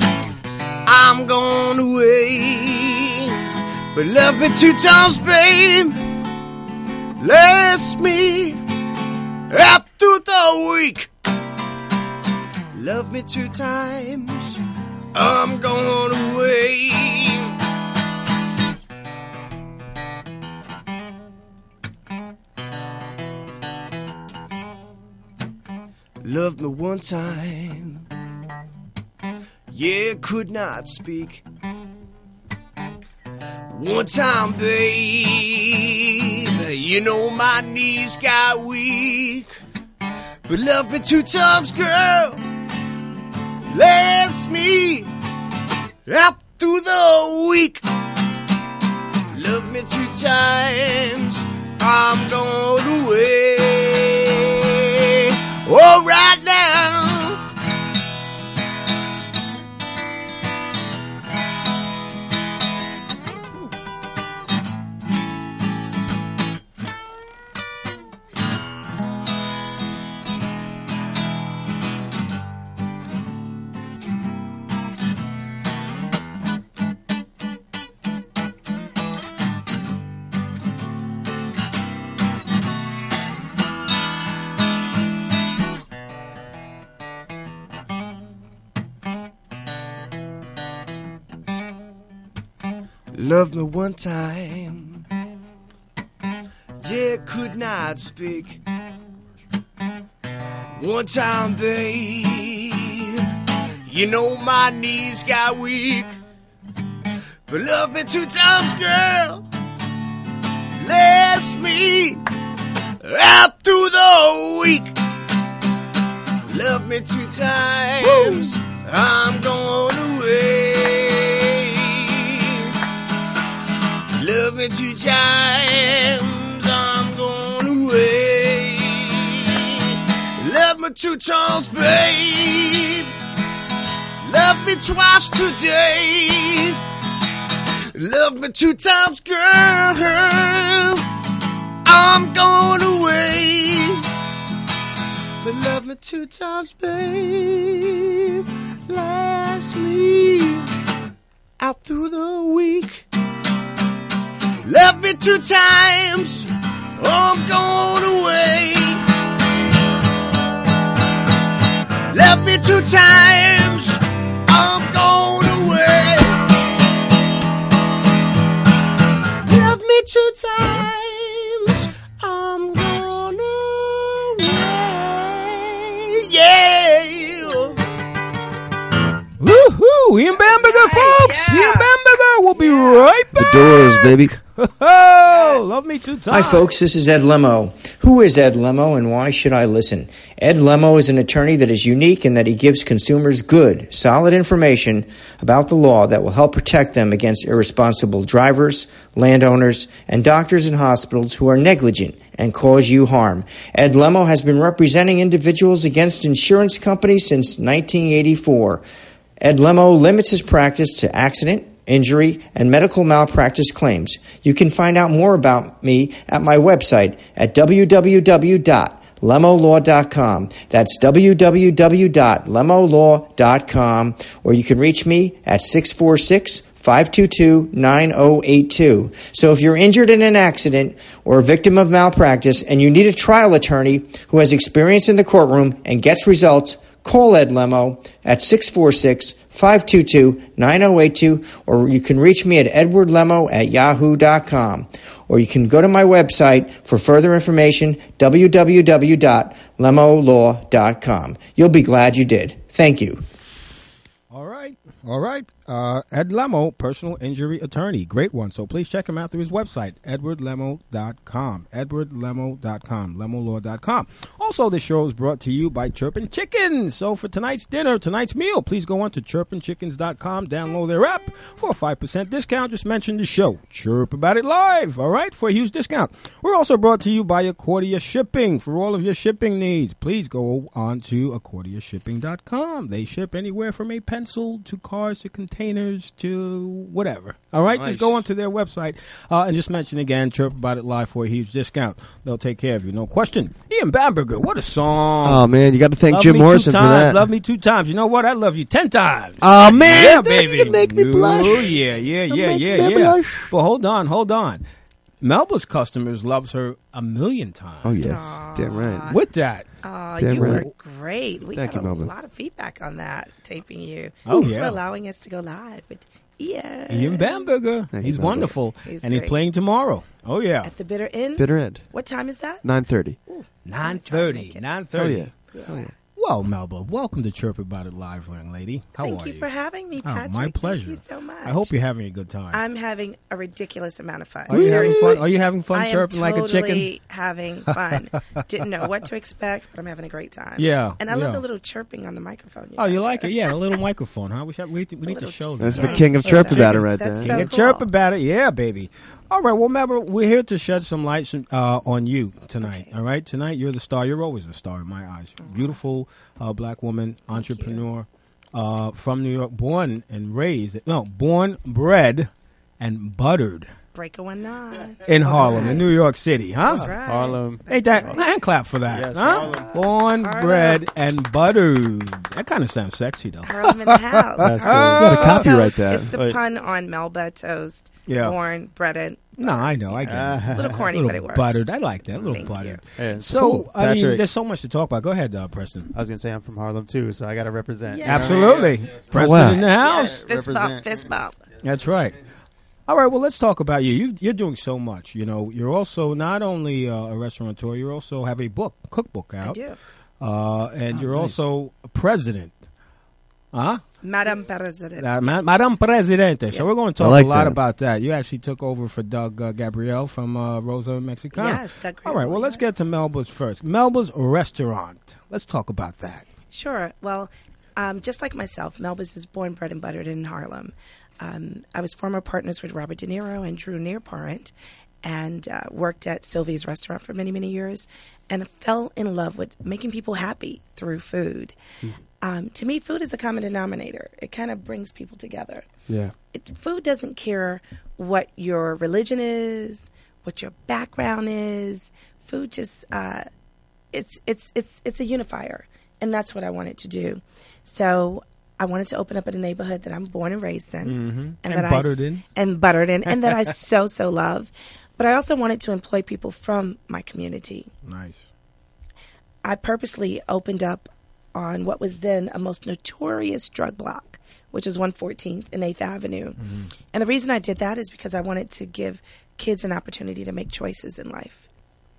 Speaker 1: I'm gone away. But love me two times, babe. Last me up through the week. Love me two times. I'm gone away. Loved me one time. Yeah, could not speak. One time, babe, you know my knees got weak. But loved me two times, girl. Last me up through the week. Love me two times, I'm going away. All right now. Loved me one time. Yeah, could not speak. One time, babe. You know my knees got weak. But love me two times, girl. Last me out through the week. Love me two times. I'm going away. Love me two times. I'm going away. Love me two times, babe. Love me twice today. Love me two times, girl. I'm going away. But love me two times, babe. Last me out through the week. Love me two times. Oh, I'm going away. Left me two times. I'm going away. Left me two times. I'm going away. Yeah.
Speaker 2: Woohoo! Ian Bamberger, folks! Ian Bamberger! We'll be right
Speaker 4: The
Speaker 2: back!
Speaker 4: doors, baby.
Speaker 2: Oh, love me two times.
Speaker 7: Hi, folks. This is Ed Lemo. Who is Ed Lemo and why should I listen? Ed Lemo is an attorney that is unique in that he gives consumers good, solid information about the law that will help protect them against irresponsible drivers, landowners, and doctors and hospitals who are negligent and cause you harm. Ed Lemo has been representing individuals against insurance companies since 1984. Ed Lemo limits his practice to accident, injury, and medical malpractice claims. You can find out more about me at my website at www.lemolaw.com. That's www.lemolaw.com, or you can reach me at 646 522 9082. So if you're injured in an accident or a victim of malpractice and you need a trial attorney who has experience in the courtroom and gets results, Call Ed Lemo at 646 522 9082, or you can reach me at edwardlemo at yahoo.com. Or you can go to my website for further information www.lemolaw.com. You'll be glad you did. Thank you.
Speaker 2: All right, all right. Uh, Ed Lemo, personal injury attorney. Great one. So please check him out through his website, edwardlemo.com. Edwardlemo.com, lemolaw.com. Also, this show is brought to you by Chirpin' Chickens. So for tonight's dinner, tonight's meal, please go on to chirpinchickens.com, download their app for a 5% discount. Just mention the show. Chirp about it live, all right, for a huge discount. We're also brought to you by Accordia Shipping. For all of your shipping needs, please go on to accordiashipping.com. They ship anywhere from a pencil to cars to containers to whatever. All right, just go onto their website uh, and just mention again, Chirp About It Live for a huge discount. They'll take care of you, no question. Ian Bamberger, what a song.
Speaker 4: Oh man, you got to thank
Speaker 2: love
Speaker 4: Jim
Speaker 2: me
Speaker 4: Morrison
Speaker 2: two
Speaker 4: for
Speaker 2: times,
Speaker 4: that.
Speaker 2: Love me two times. You know what? I love you ten times.
Speaker 4: Oh man,
Speaker 2: Yeah,
Speaker 4: that-
Speaker 2: baby.
Speaker 4: you make me blush.
Speaker 2: Oh yeah, yeah,
Speaker 4: You
Speaker 2: yeah,
Speaker 4: make
Speaker 2: yeah,
Speaker 4: me
Speaker 2: yeah.
Speaker 4: blush.
Speaker 2: But hold on, hold on. Melba's customers loves her a million times.
Speaker 4: Oh yes, damn right.
Speaker 2: With that,
Speaker 3: Aw,
Speaker 4: Damn
Speaker 3: you were
Speaker 4: right.
Speaker 3: great. We
Speaker 4: Thank
Speaker 3: got
Speaker 4: you,
Speaker 3: a
Speaker 4: Melba.
Speaker 3: lot of feedback on that taping you.
Speaker 2: Oh,
Speaker 3: Thanks
Speaker 2: yeah.
Speaker 3: for allowing us to go live with Ian.
Speaker 2: Ian Bamberger,
Speaker 4: Thank
Speaker 2: he's
Speaker 4: you, Bamberger.
Speaker 2: wonderful,
Speaker 3: He's
Speaker 2: and he's
Speaker 3: great.
Speaker 2: playing tomorrow. Oh yeah,
Speaker 3: At the bitter end.
Speaker 4: Bitter end.
Speaker 3: What time is that?
Speaker 4: Nine thirty.
Speaker 2: nine thirty. Nine
Speaker 4: Oh
Speaker 2: thirty.
Speaker 4: yeah. Oh yeah.
Speaker 2: Well, Melba, welcome to Chirp About It Live, young lady. How
Speaker 3: Thank
Speaker 2: are
Speaker 3: you
Speaker 2: you?
Speaker 3: for having me,
Speaker 2: oh,
Speaker 3: Patrick.
Speaker 2: my pleasure.
Speaker 3: Thank you so much.
Speaker 2: I hope you're having a good time.
Speaker 3: I'm having a ridiculous amount of fun.
Speaker 2: are you having
Speaker 3: Seriously.
Speaker 2: fun? Are you having fun
Speaker 3: I am
Speaker 2: chirping like a chicken?
Speaker 3: totally having fun. Didn't know what to expect, but I'm having a great time.
Speaker 2: Yeah,
Speaker 3: And I
Speaker 2: yeah.
Speaker 3: love the little chirping on the microphone.
Speaker 2: Oh, you like it? Yeah, a little microphone, huh? We, should, we, we need to
Speaker 3: little
Speaker 2: show that.
Speaker 4: That's the king of chirp about it right
Speaker 3: That's
Speaker 4: there.
Speaker 3: so
Speaker 2: Yeah,
Speaker 3: cool.
Speaker 2: chirp about it. Yeah, baby. All right. Well, remember, we're here to shed some light uh, on you tonight. All right. Tonight, you're the star. You're always the star in my eyes. Beautiful uh, black woman, entrepreneur uh, from New York, born and raised, no, born, bred, and buttered
Speaker 3: Breaker one nine.
Speaker 2: in Harlem, in New York City, huh?
Speaker 3: That's right.
Speaker 5: Harlem.
Speaker 2: Ain't that and clap for that?
Speaker 5: Yes,
Speaker 2: huh? Born, bred, and buttered. That kind of sounds sexy, though.
Speaker 3: Harlem in the house.
Speaker 4: That's cool. You
Speaker 3: Harlem
Speaker 4: gotta copyright
Speaker 3: toast.
Speaker 4: that.
Speaker 3: It's a
Speaker 5: Like-
Speaker 3: pun on Melba toast.
Speaker 2: Yeah.
Speaker 3: Born, bread and
Speaker 2: No, I know. I get
Speaker 3: a
Speaker 2: it.
Speaker 3: little corny,
Speaker 2: Uh-huh. little
Speaker 3: but it works.
Speaker 2: buttered. I like that. A little
Speaker 3: Thank
Speaker 2: buttered.
Speaker 5: you. Yeah, it's
Speaker 2: so,
Speaker 5: cool.
Speaker 2: I mean,
Speaker 5: Patrick.
Speaker 2: there's so much to talk about. Go ahead, uh, Preston.
Speaker 5: I was gonna say I'm from Harlem too, so I gotta represent.
Speaker 3: Yeah.
Speaker 2: Absolutely. Preston
Speaker 4: wow.
Speaker 2: in the house.
Speaker 3: Fist bump,
Speaker 5: Represent.
Speaker 3: fist bump.
Speaker 2: That's right. All right, well, let's talk about you. you you're doing so much. You know, you're also not only uh, a restaurateur, you also have a book, cookbook out.
Speaker 3: I do. Oh,
Speaker 2: Uh, and you're also a president. Huh?
Speaker 3: Madam President.
Speaker 2: Uh, Ma- Madam Presidente. So we're going to
Speaker 4: I
Speaker 2: talk
Speaker 4: like
Speaker 2: a lot
Speaker 4: that.
Speaker 2: about that. You actually took over for Doug uh, Gabrielle from uh, Rosa Mexicana.
Speaker 3: Yes, Doug
Speaker 2: All right, well, let's
Speaker 3: Gabrielle,
Speaker 2: get to Melba's first. Melba's restaurant. Let's talk about that.
Speaker 3: Sure. Well, um, just like myself, Melba's is born, bred, and buttered in Harlem. Um, I was former partners with Robert De Niro and Drew Nearparent and uh, worked at Sylvia's restaurant for many, many years and fell in love with making people happy through food. Um, to me, food is a common denominator, it kind of brings people together
Speaker 4: Yeah.
Speaker 3: it, food doesn't care what your religion is, what your background is. Food just uh, it's it's it's it's a unifier, and that's what I wanted to do. So I wanted to open up in a neighborhood that I'm born and raised in, and, that
Speaker 2: Mm-hmm.
Speaker 3: I
Speaker 2: buttered
Speaker 3: s-
Speaker 2: in.
Speaker 3: and buttered in, and that I so so love. But I also wanted to employ people from my community.
Speaker 2: Nice.
Speaker 3: I purposely opened up on what was then a most notorious drug block, which is 114th and 8th Avenue.
Speaker 2: Mm-hmm.
Speaker 3: And the reason I did that is because I wanted to give kids an opportunity to make choices in life.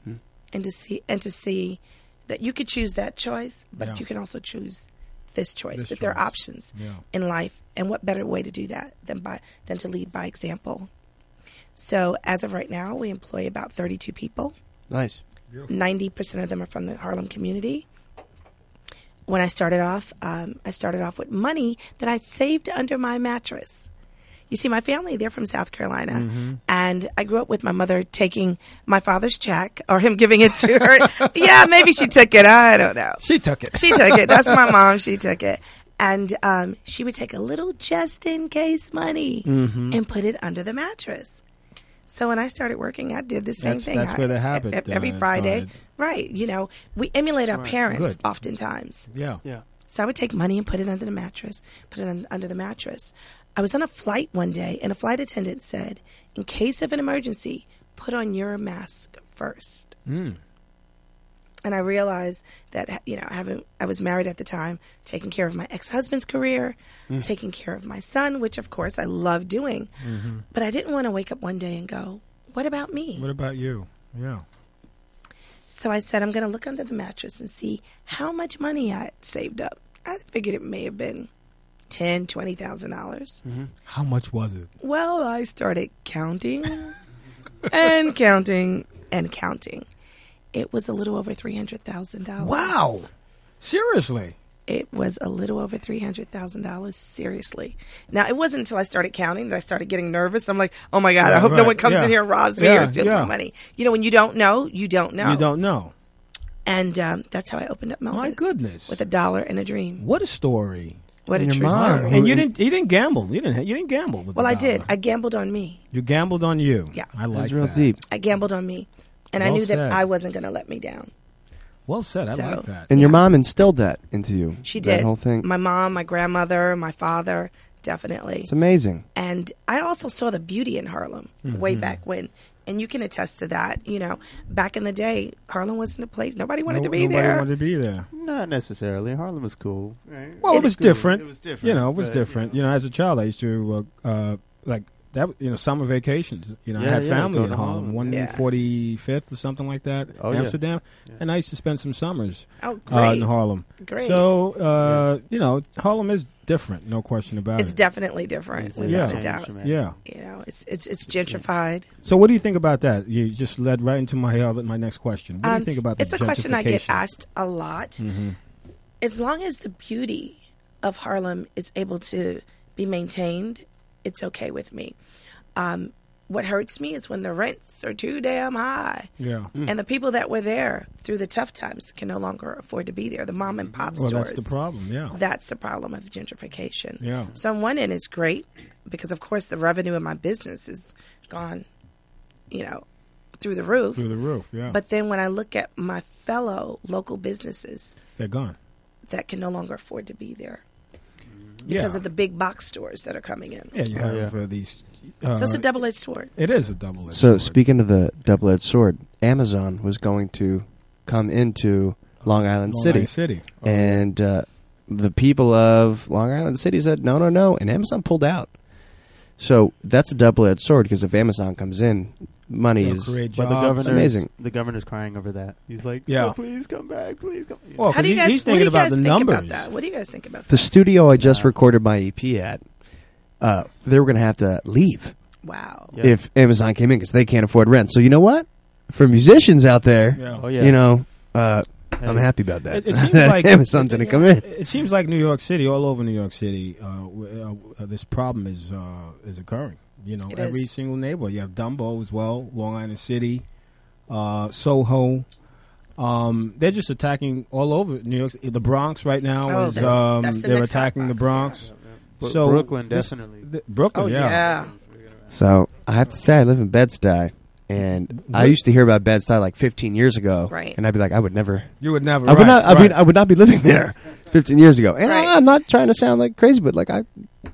Speaker 2: Hmm.
Speaker 3: And to see and to see that you could choose that choice, but
Speaker 2: Yeah.
Speaker 3: you can also choose this choice,
Speaker 2: This
Speaker 3: that there
Speaker 2: choice.
Speaker 3: are options
Speaker 2: Yeah.
Speaker 3: in life. And what better way to do that than by than to lead by example. So as of right now, we employ about 32 people.
Speaker 4: Nice.
Speaker 3: 90% of them are from the Harlem community. When I started off, um, I started off with money that I'd saved under my mattress. You see, my family, they're from South Carolina. And I grew up with my mother taking my father's check or him giving it to her. yeah, maybe she took it. I don't know.
Speaker 2: She took it.
Speaker 3: She took it. That's my mom. She took it. And um, she would take a little just in case money
Speaker 2: Mm-hmm.
Speaker 3: and put it under the mattress. So when I started working, I did the same
Speaker 2: That's-
Speaker 3: thing.
Speaker 2: that's
Speaker 3: I-
Speaker 2: where the habit,
Speaker 3: e- e- Every
Speaker 2: uh,
Speaker 3: Friday.
Speaker 2: started.
Speaker 3: Right. You know, we emulate our parents
Speaker 2: Good.
Speaker 3: oftentimes.
Speaker 2: Yeah.
Speaker 5: Yeah.
Speaker 3: So I would take money and put it under the mattress, put it un- under the mattress. I was on a flight one day, and a flight attendant said, In case of an emergency, put on your mask first. And I realized that, you know, I, haven't, I was married at the time, taking care of my ex husband's career, taking care of my son, which of course I love doing. But I didn't want to wake up one day and go, What about me?
Speaker 2: What about you? Yeah.
Speaker 3: So I said, I'm going to look under the mattress and see how much money I had saved up. I figured it may have been ten, twenty thousand dollars.
Speaker 2: Mm-hmm. How much was it?
Speaker 3: Well, I started counting and counting and counting. It was a little over three hundred thousand dollars.
Speaker 2: Wow. Seriously.
Speaker 3: It was a little over three hundred thousand dollars. Seriously. Now it wasn't until I started counting that I started getting nervous. I'm like, oh my god, I
Speaker 2: Right,
Speaker 3: hope no
Speaker 2: right.
Speaker 3: one comes
Speaker 2: Yeah.
Speaker 3: in here and robs me
Speaker 2: Yeah,
Speaker 3: or steals
Speaker 2: yeah.
Speaker 3: my money. You know, when you don't know, you don't know.
Speaker 2: You don't know.
Speaker 3: And um, that's how I opened up Melba's.
Speaker 2: My goodness.
Speaker 3: With a dollar and a dream.
Speaker 2: What a story.
Speaker 3: What a
Speaker 4: And your
Speaker 3: true
Speaker 4: mom,
Speaker 3: story.
Speaker 4: who-
Speaker 2: And you didn't. You didn't gamble. You didn't. You didn't gamble. With
Speaker 3: well,
Speaker 2: the
Speaker 3: I did.
Speaker 2: dollar.
Speaker 3: I gambled on me.
Speaker 2: you gambled on you.
Speaker 3: Yeah.
Speaker 2: I like
Speaker 4: That's real
Speaker 2: that.
Speaker 4: deep.
Speaker 3: I gambled on me. And I
Speaker 2: Well
Speaker 3: knew
Speaker 2: said.
Speaker 3: that I wasn't going to let me down.
Speaker 2: Well said. I
Speaker 3: So-
Speaker 2: like that.
Speaker 4: And your mom instilled that into you.
Speaker 3: She
Speaker 4: that
Speaker 3: did.
Speaker 4: whole thing.
Speaker 3: My mom, my grandmother, my father, definitely.
Speaker 4: it's amazing.
Speaker 3: and I also saw the beauty in Harlem
Speaker 2: Mm-hmm.
Speaker 3: way back when. And you can attest to that. You know, back in the day, Harlem wasn't a place. Nobody wanted
Speaker 2: No-
Speaker 3: to be
Speaker 2: nobody
Speaker 3: there.
Speaker 2: wanted to be there.
Speaker 5: Not necessarily. Harlem was cool. Right?
Speaker 2: Well, it, was
Speaker 5: cool.
Speaker 2: different.
Speaker 5: It was different,
Speaker 2: You know, it was
Speaker 5: but,
Speaker 2: different. You know. as a child, I used to uh, uh, like that. You know, summer vacations. You know, I
Speaker 5: Yeah,
Speaker 2: had
Speaker 5: yeah,
Speaker 2: family
Speaker 5: go
Speaker 2: in
Speaker 5: to
Speaker 2: Harlem,
Speaker 5: Harlem.
Speaker 2: one
Speaker 3: Yeah.
Speaker 2: forty fifth or something like that,
Speaker 5: Oh, yeah.
Speaker 2: Amsterdam, and I used to spend some summers
Speaker 3: Oh,
Speaker 2: uh, in
Speaker 3: great.
Speaker 2: Harlem.
Speaker 3: Great.
Speaker 2: So, uh, you know, Harlem is different, no question about
Speaker 3: it's
Speaker 2: it.
Speaker 3: definitely different,
Speaker 5: Yeah.
Speaker 3: without
Speaker 2: Yeah.
Speaker 3: a doubt.
Speaker 2: yeah.
Speaker 3: You know, it's it's it's gentrified.
Speaker 2: So, what do you think about that? You just led right into my uh, my next question. What do
Speaker 3: Um,
Speaker 2: you think about
Speaker 3: It's a
Speaker 2: the
Speaker 3: question I get
Speaker 2: gentrification? Mm-hmm.
Speaker 3: asked a lot. As long as the beauty of Harlem is able to be maintained, it's okay with me. Um, what hurts me is when the rents are too damn high,
Speaker 2: Yeah.
Speaker 3: and the people that were there through the tough times can no longer afford to be there. The mom and pop
Speaker 2: Well,
Speaker 3: stores.
Speaker 2: that's the problem. Yeah.
Speaker 3: That's the problem of gentrification.
Speaker 2: Yeah.
Speaker 3: So on one end, it's great because, of course, the revenue in my business is gone, you know, through the roof.
Speaker 2: Through the roof. Yeah.
Speaker 3: But then when I look at my fellow local businesses
Speaker 2: they're gone.
Speaker 3: that can no longer afford to be there because
Speaker 2: yeah.
Speaker 3: of the big box stores that are coming in.
Speaker 2: yeah, you
Speaker 4: Oh,
Speaker 2: have
Speaker 5: yeah.
Speaker 2: uh, these. Uh,
Speaker 3: So it's a double edged sword.
Speaker 2: it is a double.
Speaker 4: So speaking of the double-edged sword, Amazon was going to come into Long Island City,
Speaker 2: City.
Speaker 4: and uh, the people of Long Island City said no, no, no, and Amazon pulled out. So that's a double-edged sword because if Amazon comes in, money
Speaker 2: They'll
Speaker 4: is
Speaker 2: create
Speaker 5: But the
Speaker 2: jobs.
Speaker 5: governor's
Speaker 4: Amazing.
Speaker 5: The governor's crying over that. He's like,
Speaker 2: Yeah.
Speaker 5: "Oh, please come back, please come." Yeah.
Speaker 2: Well,
Speaker 3: How do you
Speaker 2: 'cause
Speaker 3: guys?
Speaker 2: he- he's
Speaker 3: what do
Speaker 2: thinking
Speaker 3: you
Speaker 2: about
Speaker 3: guys
Speaker 2: the
Speaker 3: think
Speaker 2: numbers.
Speaker 3: about that? What do you guys think about
Speaker 4: the
Speaker 3: that?
Speaker 4: studio I just recorded my EP at. Uh, they were going to have to leave
Speaker 3: Wow.
Speaker 5: Yeah.
Speaker 4: if Amazon came in because they can't afford rent. So you know what? For musicians out there,
Speaker 2: Yeah.
Speaker 5: oh yeah,
Speaker 4: you know, uh, I'm
Speaker 5: Hey.
Speaker 4: happy about that.
Speaker 2: It- it seems
Speaker 4: that
Speaker 2: like-
Speaker 4: Amazon's going to come in.
Speaker 2: It seems like New York City, all over New York City, uh, w- uh, this problem is uh, is occurring. You know,
Speaker 3: It
Speaker 2: every
Speaker 3: is.
Speaker 2: single neighborhood. You have Dumbo as well, Long Island City, uh, Soho. Um, they're just attacking all over New York. City. The Bronx right now
Speaker 3: Oh,
Speaker 2: is
Speaker 3: that's-
Speaker 2: um,
Speaker 3: that's the
Speaker 2: they're
Speaker 3: next
Speaker 2: attacking the
Speaker 3: hotbox,
Speaker 2: Bronx.
Speaker 5: Bro-
Speaker 2: So
Speaker 5: Brooklyn
Speaker 2: this-
Speaker 5: definitely.
Speaker 2: th- Brooklyn,
Speaker 3: Oh
Speaker 2: yeah.
Speaker 3: yeah.
Speaker 4: So I have to say, I live in Bed Stuy, and I used to hear about Bed Stuy like 15 years ago,
Speaker 3: Right.
Speaker 4: And I'd be like, I would never,
Speaker 2: You would never.
Speaker 4: I would
Speaker 2: right,
Speaker 4: not, I
Speaker 2: right.
Speaker 4: mean, I would not be living there 15 years ago. And
Speaker 3: Right.
Speaker 4: I, am not trying to sound like crazy, but like I,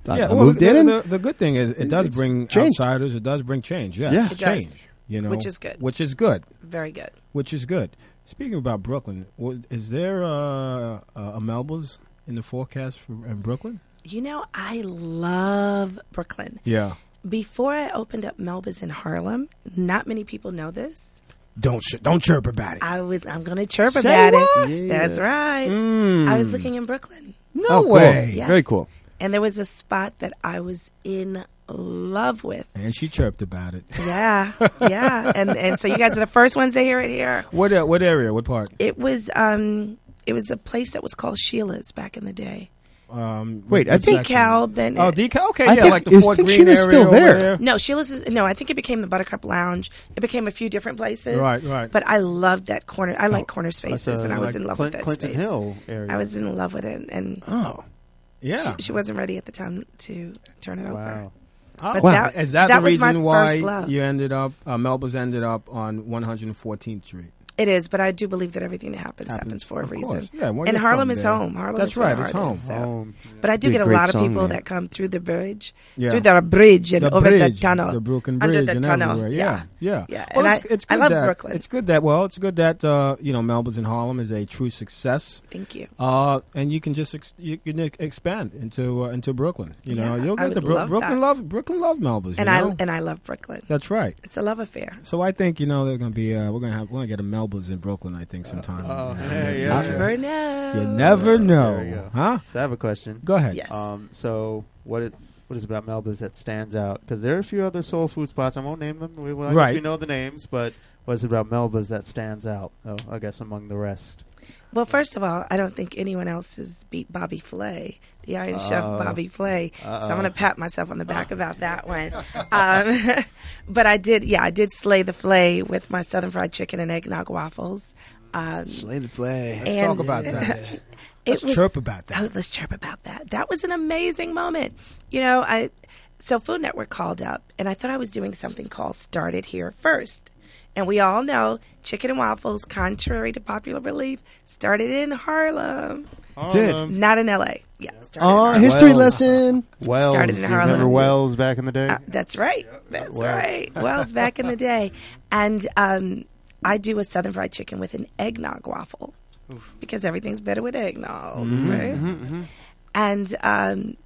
Speaker 4: I, I
Speaker 2: well,
Speaker 4: moved
Speaker 2: the,
Speaker 4: in.
Speaker 2: The, the good thing is, it does
Speaker 4: It's
Speaker 2: bring
Speaker 4: changed.
Speaker 2: outsiders. It does bring change. Yes,
Speaker 4: Yeah.
Speaker 2: yeah,
Speaker 4: It
Speaker 3: does.
Speaker 2: change. You know,
Speaker 3: Which is good.
Speaker 2: Which is good.
Speaker 3: Very good.
Speaker 2: Which is good. Speaking about Brooklyn, wa- is there uh, a Melba's in the forecast for in Brooklyn?
Speaker 3: You know, I love Brooklyn.
Speaker 2: Yeah.
Speaker 3: Before I opened up Melba's in Harlem, not many people know this.
Speaker 2: Don't sh- don't chirp about it.
Speaker 3: I was I'm gonna chirp
Speaker 2: Say
Speaker 3: about
Speaker 2: what? Mm.
Speaker 3: it. That's right. I was looking in Brooklyn.
Speaker 2: no
Speaker 4: oh, cool.
Speaker 2: way.
Speaker 3: Yes.
Speaker 4: Very cool.
Speaker 3: And there was a spot that I was in love with.
Speaker 2: And she chirped about it.
Speaker 3: Yeah. Yeah. and and so you guys are the first ones to hear it here.
Speaker 2: What uh, what area? What part?
Speaker 3: It was um it was a place that was called Sheila's back in the day.
Speaker 2: Um,
Speaker 4: Wait, I
Speaker 2: what
Speaker 4: think-
Speaker 2: section?
Speaker 3: Decal Bennett.
Speaker 2: Oh, decal. Okay,
Speaker 4: I
Speaker 2: yeah,
Speaker 4: think-
Speaker 2: like the
Speaker 4: I
Speaker 2: Fort
Speaker 4: think
Speaker 2: Greene
Speaker 4: she was
Speaker 2: area
Speaker 4: still
Speaker 2: over
Speaker 4: there.
Speaker 3: No, Sheila's is no. I think it became the Buttercup Lounge. It became a few different places.
Speaker 2: Right, right.
Speaker 3: But I loved that corner. I like corner
Speaker 5: That's,
Speaker 3: spaces,
Speaker 5: uh,
Speaker 3: and I was
Speaker 5: like
Speaker 3: in love
Speaker 5: Clint-
Speaker 3: with that
Speaker 5: Clinton
Speaker 3: space.
Speaker 5: Hill area.
Speaker 3: I was in love with it, and
Speaker 4: Oh,
Speaker 2: Yeah.
Speaker 3: she, she wasn't ready at the time to turn it over.
Speaker 5: Wow.
Speaker 2: Oh,
Speaker 3: But that-
Speaker 2: is that,
Speaker 3: that
Speaker 2: the
Speaker 3: was my
Speaker 2: reason why
Speaker 3: first love.
Speaker 2: you ended up uh, Melba's ended up on 114th Street?
Speaker 3: It is, but I do believe that everything that happens happens, for a
Speaker 2: Of
Speaker 3: reason.
Speaker 2: course. Yeah, well,
Speaker 3: and
Speaker 2: you're
Speaker 3: Harlem
Speaker 2: from
Speaker 3: is
Speaker 2: there.
Speaker 3: home. Harlem
Speaker 2: That's
Speaker 3: is where
Speaker 2: right,
Speaker 3: the
Speaker 2: it's
Speaker 3: heart
Speaker 2: home.
Speaker 3: is, so.
Speaker 5: Home.
Speaker 3: But I do
Speaker 4: Be a
Speaker 3: get a
Speaker 4: great
Speaker 3: lot of
Speaker 4: song,
Speaker 3: people
Speaker 4: man.
Speaker 3: that come through the bridge,
Speaker 2: Yeah.
Speaker 3: through the bridge, and
Speaker 2: the
Speaker 3: over
Speaker 2: bridge,
Speaker 3: the tunnel,
Speaker 2: the Brooklyn Bridge,
Speaker 3: under the
Speaker 2: and
Speaker 3: tunnel.
Speaker 2: everywhere. Yeah, yeah,
Speaker 3: yeah.
Speaker 2: Well,
Speaker 3: And
Speaker 2: it's,
Speaker 3: I-
Speaker 2: it's
Speaker 3: I
Speaker 2: good
Speaker 3: love
Speaker 2: that,
Speaker 3: Brooklyn.
Speaker 2: It's good that well, it's good that uh, you know Melba's in Harlem is a true success,
Speaker 3: Thank you.
Speaker 2: uh, and you can just ex- you can ex- expand into uh, into Brooklyn. You know,
Speaker 3: Yeah,
Speaker 2: you'll
Speaker 3: I
Speaker 2: get the
Speaker 3: would love
Speaker 2: Brooklyn
Speaker 3: that.
Speaker 2: love Brooklyn love Melba's.
Speaker 3: And
Speaker 2: you
Speaker 3: I
Speaker 2: know?
Speaker 3: and I love Brooklyn.
Speaker 2: that's right.
Speaker 3: It's a love affair.
Speaker 2: So I think you know they're gonna be uh, we're gonna have we're gonna get a Melba's in Brooklyn. I think sometime.
Speaker 5: Oh, yeah, yeah, yeah.
Speaker 3: Never know.
Speaker 2: you never
Speaker 5: There you
Speaker 2: know,
Speaker 5: go.
Speaker 2: huh?
Speaker 5: So I have a question.
Speaker 2: Go ahead.
Speaker 3: Yes.
Speaker 5: Um, so what it, what is it about Melba's that stands out? Because there are a few other soul food spots. I won't name them. We, well, I guess
Speaker 2: Right.
Speaker 5: we know the names, but what is it about Melba's that stands out? Oh, I guess among the rest.
Speaker 3: Well, first of all, I don't think anyone else has beat Bobby Flay, the Iron Chef
Speaker 2: Oh.
Speaker 3: Bobby Flay. So I'm going to pat myself on the back about that one. Um, but I did, yeah, I did slay the Flay with my Southern Fried Chicken and Eggnog Waffles. Um,
Speaker 4: slay the play.
Speaker 3: and
Speaker 2: Talk about that.
Speaker 3: it
Speaker 2: Let's
Speaker 3: was-
Speaker 2: chirp about that.
Speaker 3: Oh, let's chirp about that. That was an amazing moment. You know, I so Food Network called up, and I thought I was doing something called "Started Here First. And we all know chicken and waffles, contrary to popular belief, started in Harlem,
Speaker 4: Did.
Speaker 3: not in L.A. Yeah, started. in
Speaker 4: Oh,
Speaker 3: Harlem.
Speaker 4: history
Speaker 5: Well.
Speaker 4: lesson.
Speaker 5: Wells,
Speaker 3: Started in
Speaker 5: you
Speaker 3: Harlem.
Speaker 5: remember Wells back in the day?
Speaker 3: Uh, that's right. That's
Speaker 5: Wow.
Speaker 3: right. Wells back in the day, and um, I do a Southern fried chicken with an eggnog waffle because everything's better with eggnog, right? And um,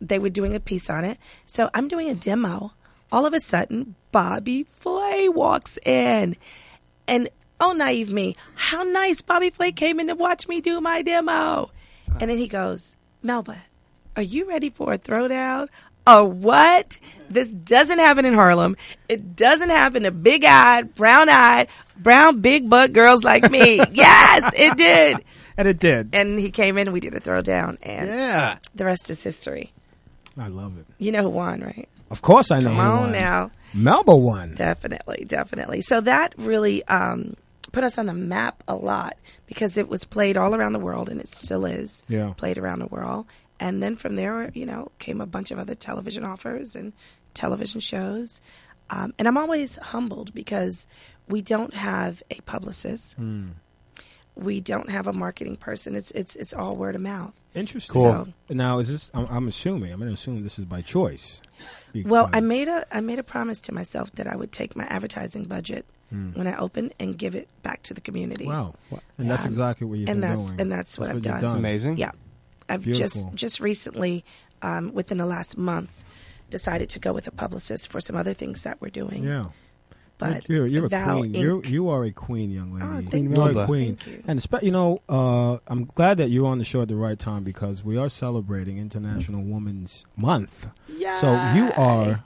Speaker 3: they were doing a piece on it, so I'm doing a demo. All of a sudden, Bobby Flay walks in, and oh, naive me, how nice Bobby Flay came in to watch me do my demo. And then he goes, Melba, are you ready for a throwdown? A what? This doesn't happen in Harlem. It doesn't happen to big eyed, brown eyed, brown big butt girls like me. yes, it did.
Speaker 2: And it did.
Speaker 3: And he came in, we did a throwdown, and
Speaker 2: Yeah,
Speaker 3: the rest is history.
Speaker 2: I love it.
Speaker 3: You know who won, right?
Speaker 2: Of course, I know.
Speaker 3: Come
Speaker 2: who
Speaker 3: on
Speaker 2: won.
Speaker 3: now.
Speaker 2: Melba won.
Speaker 3: Definitely, definitely. So that really um, put us on the map a lot because it was played all around the world and it still is
Speaker 2: Yeah.
Speaker 3: played around the world. And then from there, you know, came a bunch of other television offers and television shows. Um, and I'm always humbled because we don't have a publicist.
Speaker 2: Hmm.
Speaker 3: We don't have a marketing person. It's it's it's all word of mouth.
Speaker 2: Interesting.
Speaker 3: Cool.
Speaker 2: Now, is this? I'm, I'm assuming. I'm going to assume this is by choice.
Speaker 3: Well, I
Speaker 2: Because-
Speaker 3: made a I made a promise to myself that I would take my advertising budget when I open and give it back to the community.
Speaker 2: Hmm. Wow, and that's
Speaker 3: Um,
Speaker 2: exactly what you've
Speaker 3: and
Speaker 2: been
Speaker 3: that's-
Speaker 2: doing.
Speaker 3: and that's what I've
Speaker 2: you've
Speaker 3: done.
Speaker 4: Amazing.
Speaker 3: Yeah, I've
Speaker 2: Beautiful.
Speaker 3: just just recently, um, within the last month, decided to go with a publicist for some other things that we're doing.
Speaker 2: Yeah.
Speaker 3: But
Speaker 2: you're, you're a
Speaker 3: Vow
Speaker 2: queen.
Speaker 3: Inc.
Speaker 2: You're, you are a queen, young lady.
Speaker 3: Oh, thank
Speaker 4: Queen
Speaker 3: you.
Speaker 4: Melba.
Speaker 2: You're a queen.
Speaker 3: Thank you.
Speaker 2: And spe- you know, uh, I'm glad that you're on the show at the right time because we are celebrating International Women's Month. So you are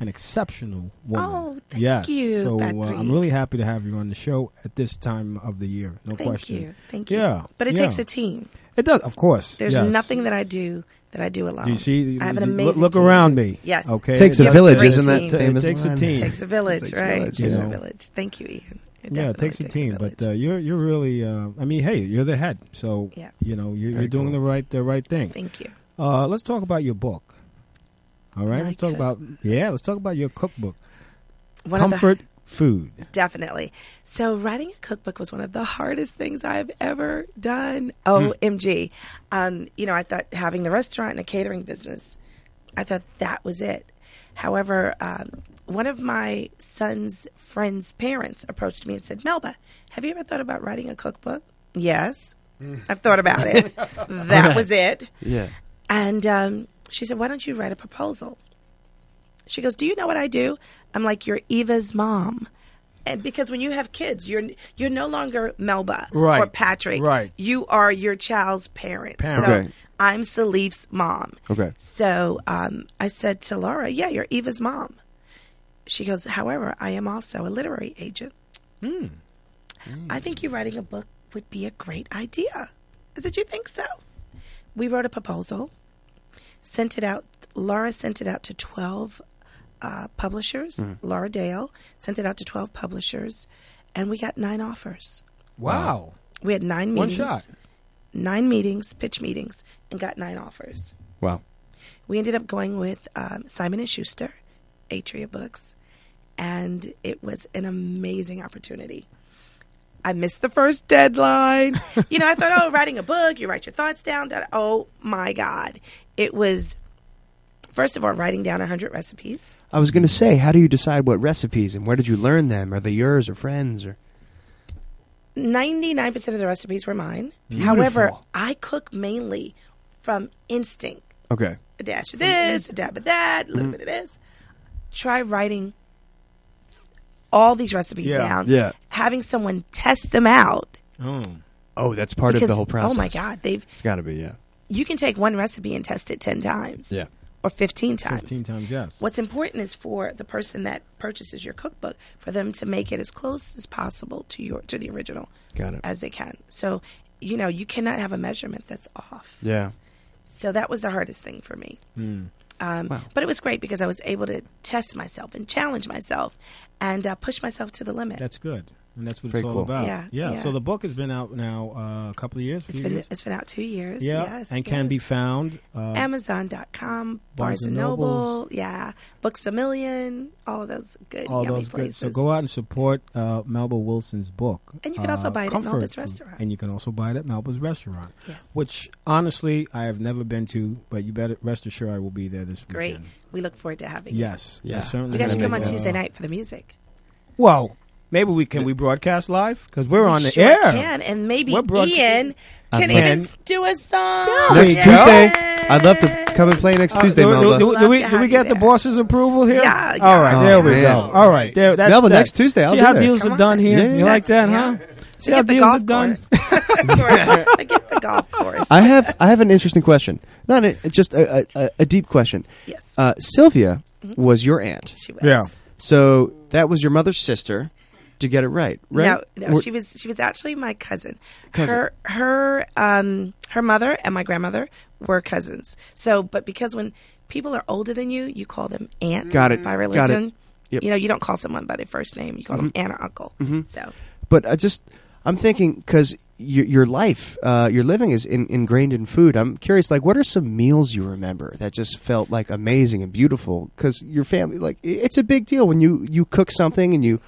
Speaker 2: an exceptional woman.
Speaker 3: Oh, thank
Speaker 2: yes.
Speaker 3: you,
Speaker 2: So uh, I'm
Speaker 3: Patrick.
Speaker 2: really happy to have you on the show at this time of the year. No
Speaker 3: Thank
Speaker 2: question.
Speaker 3: you. Thank you.
Speaker 2: Yeah,
Speaker 3: But it
Speaker 2: yeah.
Speaker 3: takes a team.
Speaker 2: It does, of course.
Speaker 3: There's
Speaker 2: yes.
Speaker 3: nothing that I do that I do alone.
Speaker 2: Do you see?
Speaker 3: I have an
Speaker 2: look-
Speaker 3: amazing
Speaker 2: Look
Speaker 3: team.
Speaker 2: around me.
Speaker 3: Yes.
Speaker 2: Okay.
Speaker 4: Takes
Speaker 3: a
Speaker 2: It-
Speaker 3: village,
Speaker 2: it-
Speaker 3: isn't that
Speaker 2: it- It
Speaker 4: famous
Speaker 2: takes a
Speaker 4: line?
Speaker 2: team.
Speaker 3: It takes a village,
Speaker 4: Takes a
Speaker 3: right?
Speaker 4: village,
Speaker 3: takes
Speaker 2: yeah.
Speaker 3: a village. Thank you, Ian.
Speaker 2: yeah,
Speaker 3: It
Speaker 2: it
Speaker 3: definitely
Speaker 2: takes a team,
Speaker 3: village.
Speaker 2: but uh, you're you're really. Uh, I mean, hey, you're the head, so
Speaker 3: Yeah.
Speaker 2: you know you're,
Speaker 4: Very
Speaker 2: you're doing
Speaker 4: cool.
Speaker 2: the right the right thing.
Speaker 3: Thank you.
Speaker 2: Uh, let's talk about your book. All right,
Speaker 3: My
Speaker 2: let's talk
Speaker 3: cook-
Speaker 2: about yeah, let's talk about your cookbook,
Speaker 3: uh, One of the-
Speaker 2: comfort food.
Speaker 3: Definitely. So, writing a cookbook was one of the hardest things I've ever done. OMG. Um, you know, I thought having the restaurant and a catering business, I thought that was it. However, um, one of my son's friend's parents approached me and said, Melba, have you ever thought about writing a cookbook? Yes,
Speaker 2: Mm.
Speaker 3: I've thought about it. that was it.
Speaker 4: Yeah.
Speaker 3: And um, she said, Why don't you write a proposal? She goes, Do you know what I do? I'm like, You're Eva's mom. And because when you have kids, you're you're no longer Melba or
Speaker 2: Right.
Speaker 3: Patrick.
Speaker 2: Right.
Speaker 3: You are your child's parent.
Speaker 2: Parent.
Speaker 3: So
Speaker 4: Okay.
Speaker 3: I'm Salif's mom.
Speaker 4: Okay.
Speaker 3: So um, I said to Laura, Yeah, you're Eva's mom. She goes, However, I am also a literary agent. I think you writing a book would be a great idea. I said, You think so? We wrote a proposal, sent it out. Laura sent it out to 12 uh, publishers.
Speaker 4: Mm-hmm.
Speaker 3: Laura Dale sent it out to 12 publishers, and we got nine offers.
Speaker 2: Wow,
Speaker 3: We had nine
Speaker 2: One
Speaker 3: meetings.
Speaker 2: shot.
Speaker 3: Nine meetings, pitch meetings, and got nine offers.
Speaker 4: Wow.
Speaker 3: We ended up going with um, Simon and Schuster, Atria Books, and it was an amazing opportunity. I missed the first deadline. you know, I thought, oh, writing a book, you write your thoughts down. Da- oh my God, it was first of all writing down hundred recipes.
Speaker 4: I was going to say, how do you decide what recipes and where did you learn them? Are they yours or friends or?
Speaker 3: Ninety nine percent of the recipes were mine. However, I cook mainly from instinct.
Speaker 4: Okay.
Speaker 3: a dash of this, a dab of that, a
Speaker 4: Mm-hmm.
Speaker 3: little bit of this. Try writing all these recipes
Speaker 2: Yeah.
Speaker 3: down.
Speaker 4: Yeah.
Speaker 3: Having someone test them out.
Speaker 2: Mm.
Speaker 4: Oh, that's part of
Speaker 3: because,
Speaker 4: the whole process.
Speaker 3: Oh my God. They've
Speaker 4: It's got to be, yeah.
Speaker 3: you can take one recipe and test it ten times.
Speaker 4: Yeah.
Speaker 3: Or fifteen times.
Speaker 2: fifteen times yes.
Speaker 3: What's important is for the person that purchases your cookbook for them to make it as close as possible to your to the original
Speaker 4: Got it.
Speaker 3: as they can. So you know, you cannot have a measurement that's off.
Speaker 4: Yeah.
Speaker 3: So that was the hardest thing for me.
Speaker 2: Hmm.
Speaker 3: Um, But it was great because I was able to test myself and challenge myself and uh, push myself to the limit.
Speaker 2: That's good, and that's what
Speaker 4: Pretty
Speaker 2: it's
Speaker 4: cool.
Speaker 2: all about.
Speaker 3: Yeah, yeah.
Speaker 2: So the book has been out now uh, a couple of years.
Speaker 3: it's
Speaker 2: few
Speaker 3: been
Speaker 2: years?
Speaker 3: it's been out two years.
Speaker 2: yeah,
Speaker 3: yes,
Speaker 2: and can
Speaker 3: yes.
Speaker 2: be found. Uh,
Speaker 3: Amazon.com, Barnes and
Speaker 2: and
Speaker 3: Noble,
Speaker 2: Nobles.
Speaker 3: yeah, Books a Million, all of those good
Speaker 2: all
Speaker 3: yummy
Speaker 2: those good.
Speaker 3: places.
Speaker 2: So go out and support uh, Melba Wilson's book.
Speaker 3: And you can also
Speaker 2: uh,
Speaker 3: buy it at
Speaker 2: Comfort
Speaker 3: Melba's
Speaker 2: Food.
Speaker 3: Restaurant.
Speaker 2: And you can also buy it at Melba's Restaurant,
Speaker 3: Yes.
Speaker 2: which honestly I have never been to, but you better rest assured I will be there this
Speaker 3: Great,
Speaker 2: weekend.
Speaker 3: we look forward to having you.
Speaker 2: Yes, I
Speaker 4: Yeah.
Speaker 2: certainly
Speaker 3: You guys should
Speaker 2: will.
Speaker 3: come on
Speaker 2: Uh,
Speaker 3: Tuesday night for the music.
Speaker 2: Well, maybe we can we broadcast live because we're on the
Speaker 3: sure
Speaker 2: air.
Speaker 3: can, and maybe
Speaker 2: We're broad-
Speaker 3: Ian can
Speaker 2: love
Speaker 3: even
Speaker 2: it.
Speaker 3: do a song
Speaker 4: Next
Speaker 2: There you go.
Speaker 4: Tuesday. I'd love to come and play next
Speaker 2: Uh,
Speaker 4: Tuesday,
Speaker 2: do, do-
Speaker 4: Melba.
Speaker 2: do- do
Speaker 3: Love
Speaker 2: we
Speaker 3: to
Speaker 2: do we
Speaker 3: have
Speaker 2: get
Speaker 3: you
Speaker 2: the
Speaker 3: there.
Speaker 2: boss's approval here?
Speaker 3: Yeah,
Speaker 2: All right,
Speaker 3: yeah.
Speaker 2: there we
Speaker 4: Oh,
Speaker 2: go.
Speaker 4: man.
Speaker 2: All right, there, that's,
Speaker 4: Melba,
Speaker 2: that-
Speaker 4: next Tuesday, I'll
Speaker 2: see
Speaker 4: be
Speaker 2: how
Speaker 4: there.
Speaker 2: deals
Speaker 3: Come
Speaker 2: are done
Speaker 3: on.
Speaker 2: here.
Speaker 4: Yeah, yeah.
Speaker 2: You like that,
Speaker 3: That's-
Speaker 2: huh?
Speaker 3: yeah.
Speaker 2: See how
Speaker 3: Forget the
Speaker 2: deals are
Speaker 3: golf
Speaker 2: done.
Speaker 3: course. Forget the golf course.
Speaker 4: I have I have an interesting question. Not a, just a, a- a, a deep question.
Speaker 3: Yes. Mm-hmm.
Speaker 4: Uh, Sylvia was your aunt,
Speaker 3: she was.
Speaker 2: Yeah.
Speaker 4: so that was your mother's sister. To get it right, right?
Speaker 3: No, no,
Speaker 4: We're-
Speaker 3: she was she was actually my cousin.
Speaker 4: Cousin.
Speaker 3: Her her um her mother and my grandmother were cousins. So, but because when people are older than you, you call them aunt.
Speaker 4: Got it.
Speaker 3: By
Speaker 4: Got it.
Speaker 3: religion,
Speaker 4: Yep. Mm-hmm.
Speaker 3: you know you don't call someone by their first name. You call them aunt or uncle. So
Speaker 4: but I just I'm thinking because your your life, uh, your living is in, ingrained in food. I'm curious, like, what are some meals you remember that just felt like amazing and beautiful? Because your family, like, i- it's a big deal when you you cook something and you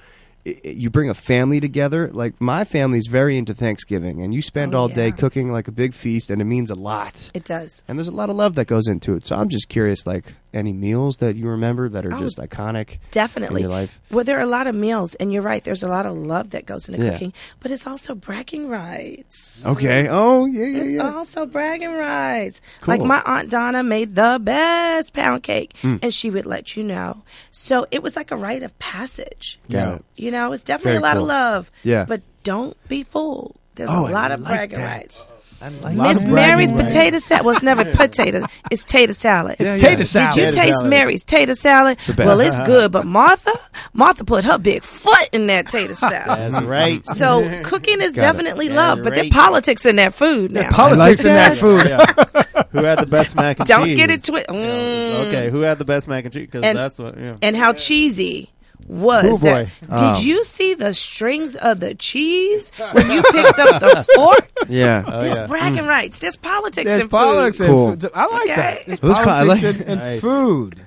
Speaker 4: i- i- you bring a family together. Like my family's very into Thanksgiving, and you spend
Speaker 3: Oh,
Speaker 4: all day
Speaker 3: yeah.
Speaker 4: cooking like a big feast, and it means a lot.
Speaker 3: it does.
Speaker 4: And there's a lot of love that goes into it. So I'm just curious, like, any meals that you remember that are
Speaker 3: Oh,
Speaker 4: just iconic?
Speaker 3: Definitely.
Speaker 4: in your life?
Speaker 3: Well, there are a lot of meals, and you're right. There's a lot of love that goes into
Speaker 4: Yeah.
Speaker 3: cooking, but it's also bragging rights.
Speaker 4: Okay. Oh yeah, yeah,
Speaker 3: It's
Speaker 4: yeah.
Speaker 3: also bragging rights. Like
Speaker 4: Cool.
Speaker 3: my aunt Donna made the best pound cake, and she would let you know. So it was like a rite of passage.
Speaker 4: Got it.
Speaker 3: You know, it's definitely
Speaker 4: Very
Speaker 3: a lot
Speaker 4: cool.
Speaker 3: of love.
Speaker 4: Yeah.
Speaker 3: But don't be fooled. There's
Speaker 4: Oh, I
Speaker 3: a lot of
Speaker 4: like
Speaker 3: bragging
Speaker 4: that.
Speaker 3: rights.
Speaker 2: Lot
Speaker 3: Miss
Speaker 2: of bragging
Speaker 3: Mary's
Speaker 2: rights.
Speaker 3: potato salad. Well, it's never potato. It's tater salad.
Speaker 2: Potato salad.
Speaker 3: Did you taste Mary's tater salad? Well, it's good, but Martha, Martha put her big foot in that tater salad.
Speaker 5: That's right.
Speaker 3: so cooking is definitely love, but
Speaker 5: right.
Speaker 3: there's politics in that food now.
Speaker 2: Politics in that food.
Speaker 5: Yeah. Who had the best mac and
Speaker 3: Don't
Speaker 5: cheese?
Speaker 3: get it twisted.
Speaker 5: Okay, who had the best mac and cheese? Because
Speaker 3: And-
Speaker 5: that's what. Yeah.
Speaker 3: And how cheesy was
Speaker 5: Oh,
Speaker 3: that?
Speaker 5: boy.
Speaker 4: Oh.
Speaker 2: Uh.
Speaker 3: Did you see the strings of the cheese when you picked up the fork?
Speaker 4: Yeah.
Speaker 3: There's
Speaker 5: yeah.
Speaker 3: bragging rights. There's politics
Speaker 2: Oh, Mm. There's
Speaker 3: in
Speaker 2: politics
Speaker 3: food.
Speaker 2: and
Speaker 4: Cool.
Speaker 2: food. I like that.
Speaker 3: Okay.
Speaker 2: There's
Speaker 4: Those
Speaker 2: politics
Speaker 4: pa- I like-
Speaker 2: and, and
Speaker 5: Nice.
Speaker 2: food.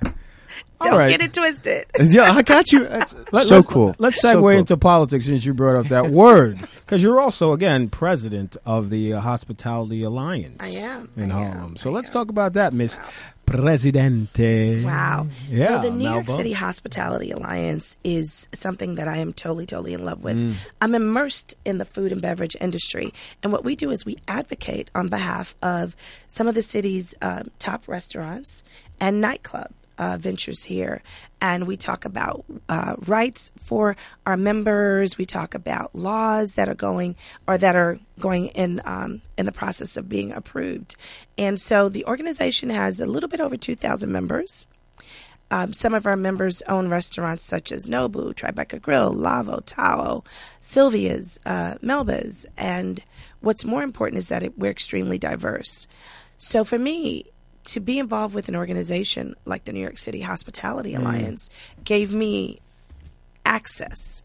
Speaker 3: Don't
Speaker 2: All right.
Speaker 3: get it twisted.
Speaker 4: yeah, I got you. That's
Speaker 2: Let-
Speaker 4: so
Speaker 2: let's-
Speaker 4: cool.
Speaker 2: Let's segue
Speaker 4: So cool.
Speaker 2: into politics since you brought up that word, because you're also again president of the uh, Hospitality Alliance.
Speaker 3: I am.
Speaker 2: in
Speaker 3: I am.
Speaker 2: Harlem. so let's talk about that, Miss Presidente.
Speaker 3: Wow.
Speaker 2: Yeah.
Speaker 3: Well, the New York
Speaker 2: Malva.
Speaker 3: City Hospitality Alliance is something that I am totally, totally in love with. I'm immersed in the food and beverage industry. And what we do is we advocate on behalf of some of the city's um top restaurants and nightclub. Uh, ventures here, and we talk about uh, rights for our members. We talk about laws that are going or that are going in um, in the process of being approved. And so the organization has a little bit over two thousand members. Um, some of our members own restaurants such as Nobu, Tribeca Grill, Lavo, Tao, Sylvia's, uh, Melba's. And what's more important is that it, we're extremely diverse. So for me, to be involved with an organization like the New York City Hospitality Alliance gave me access.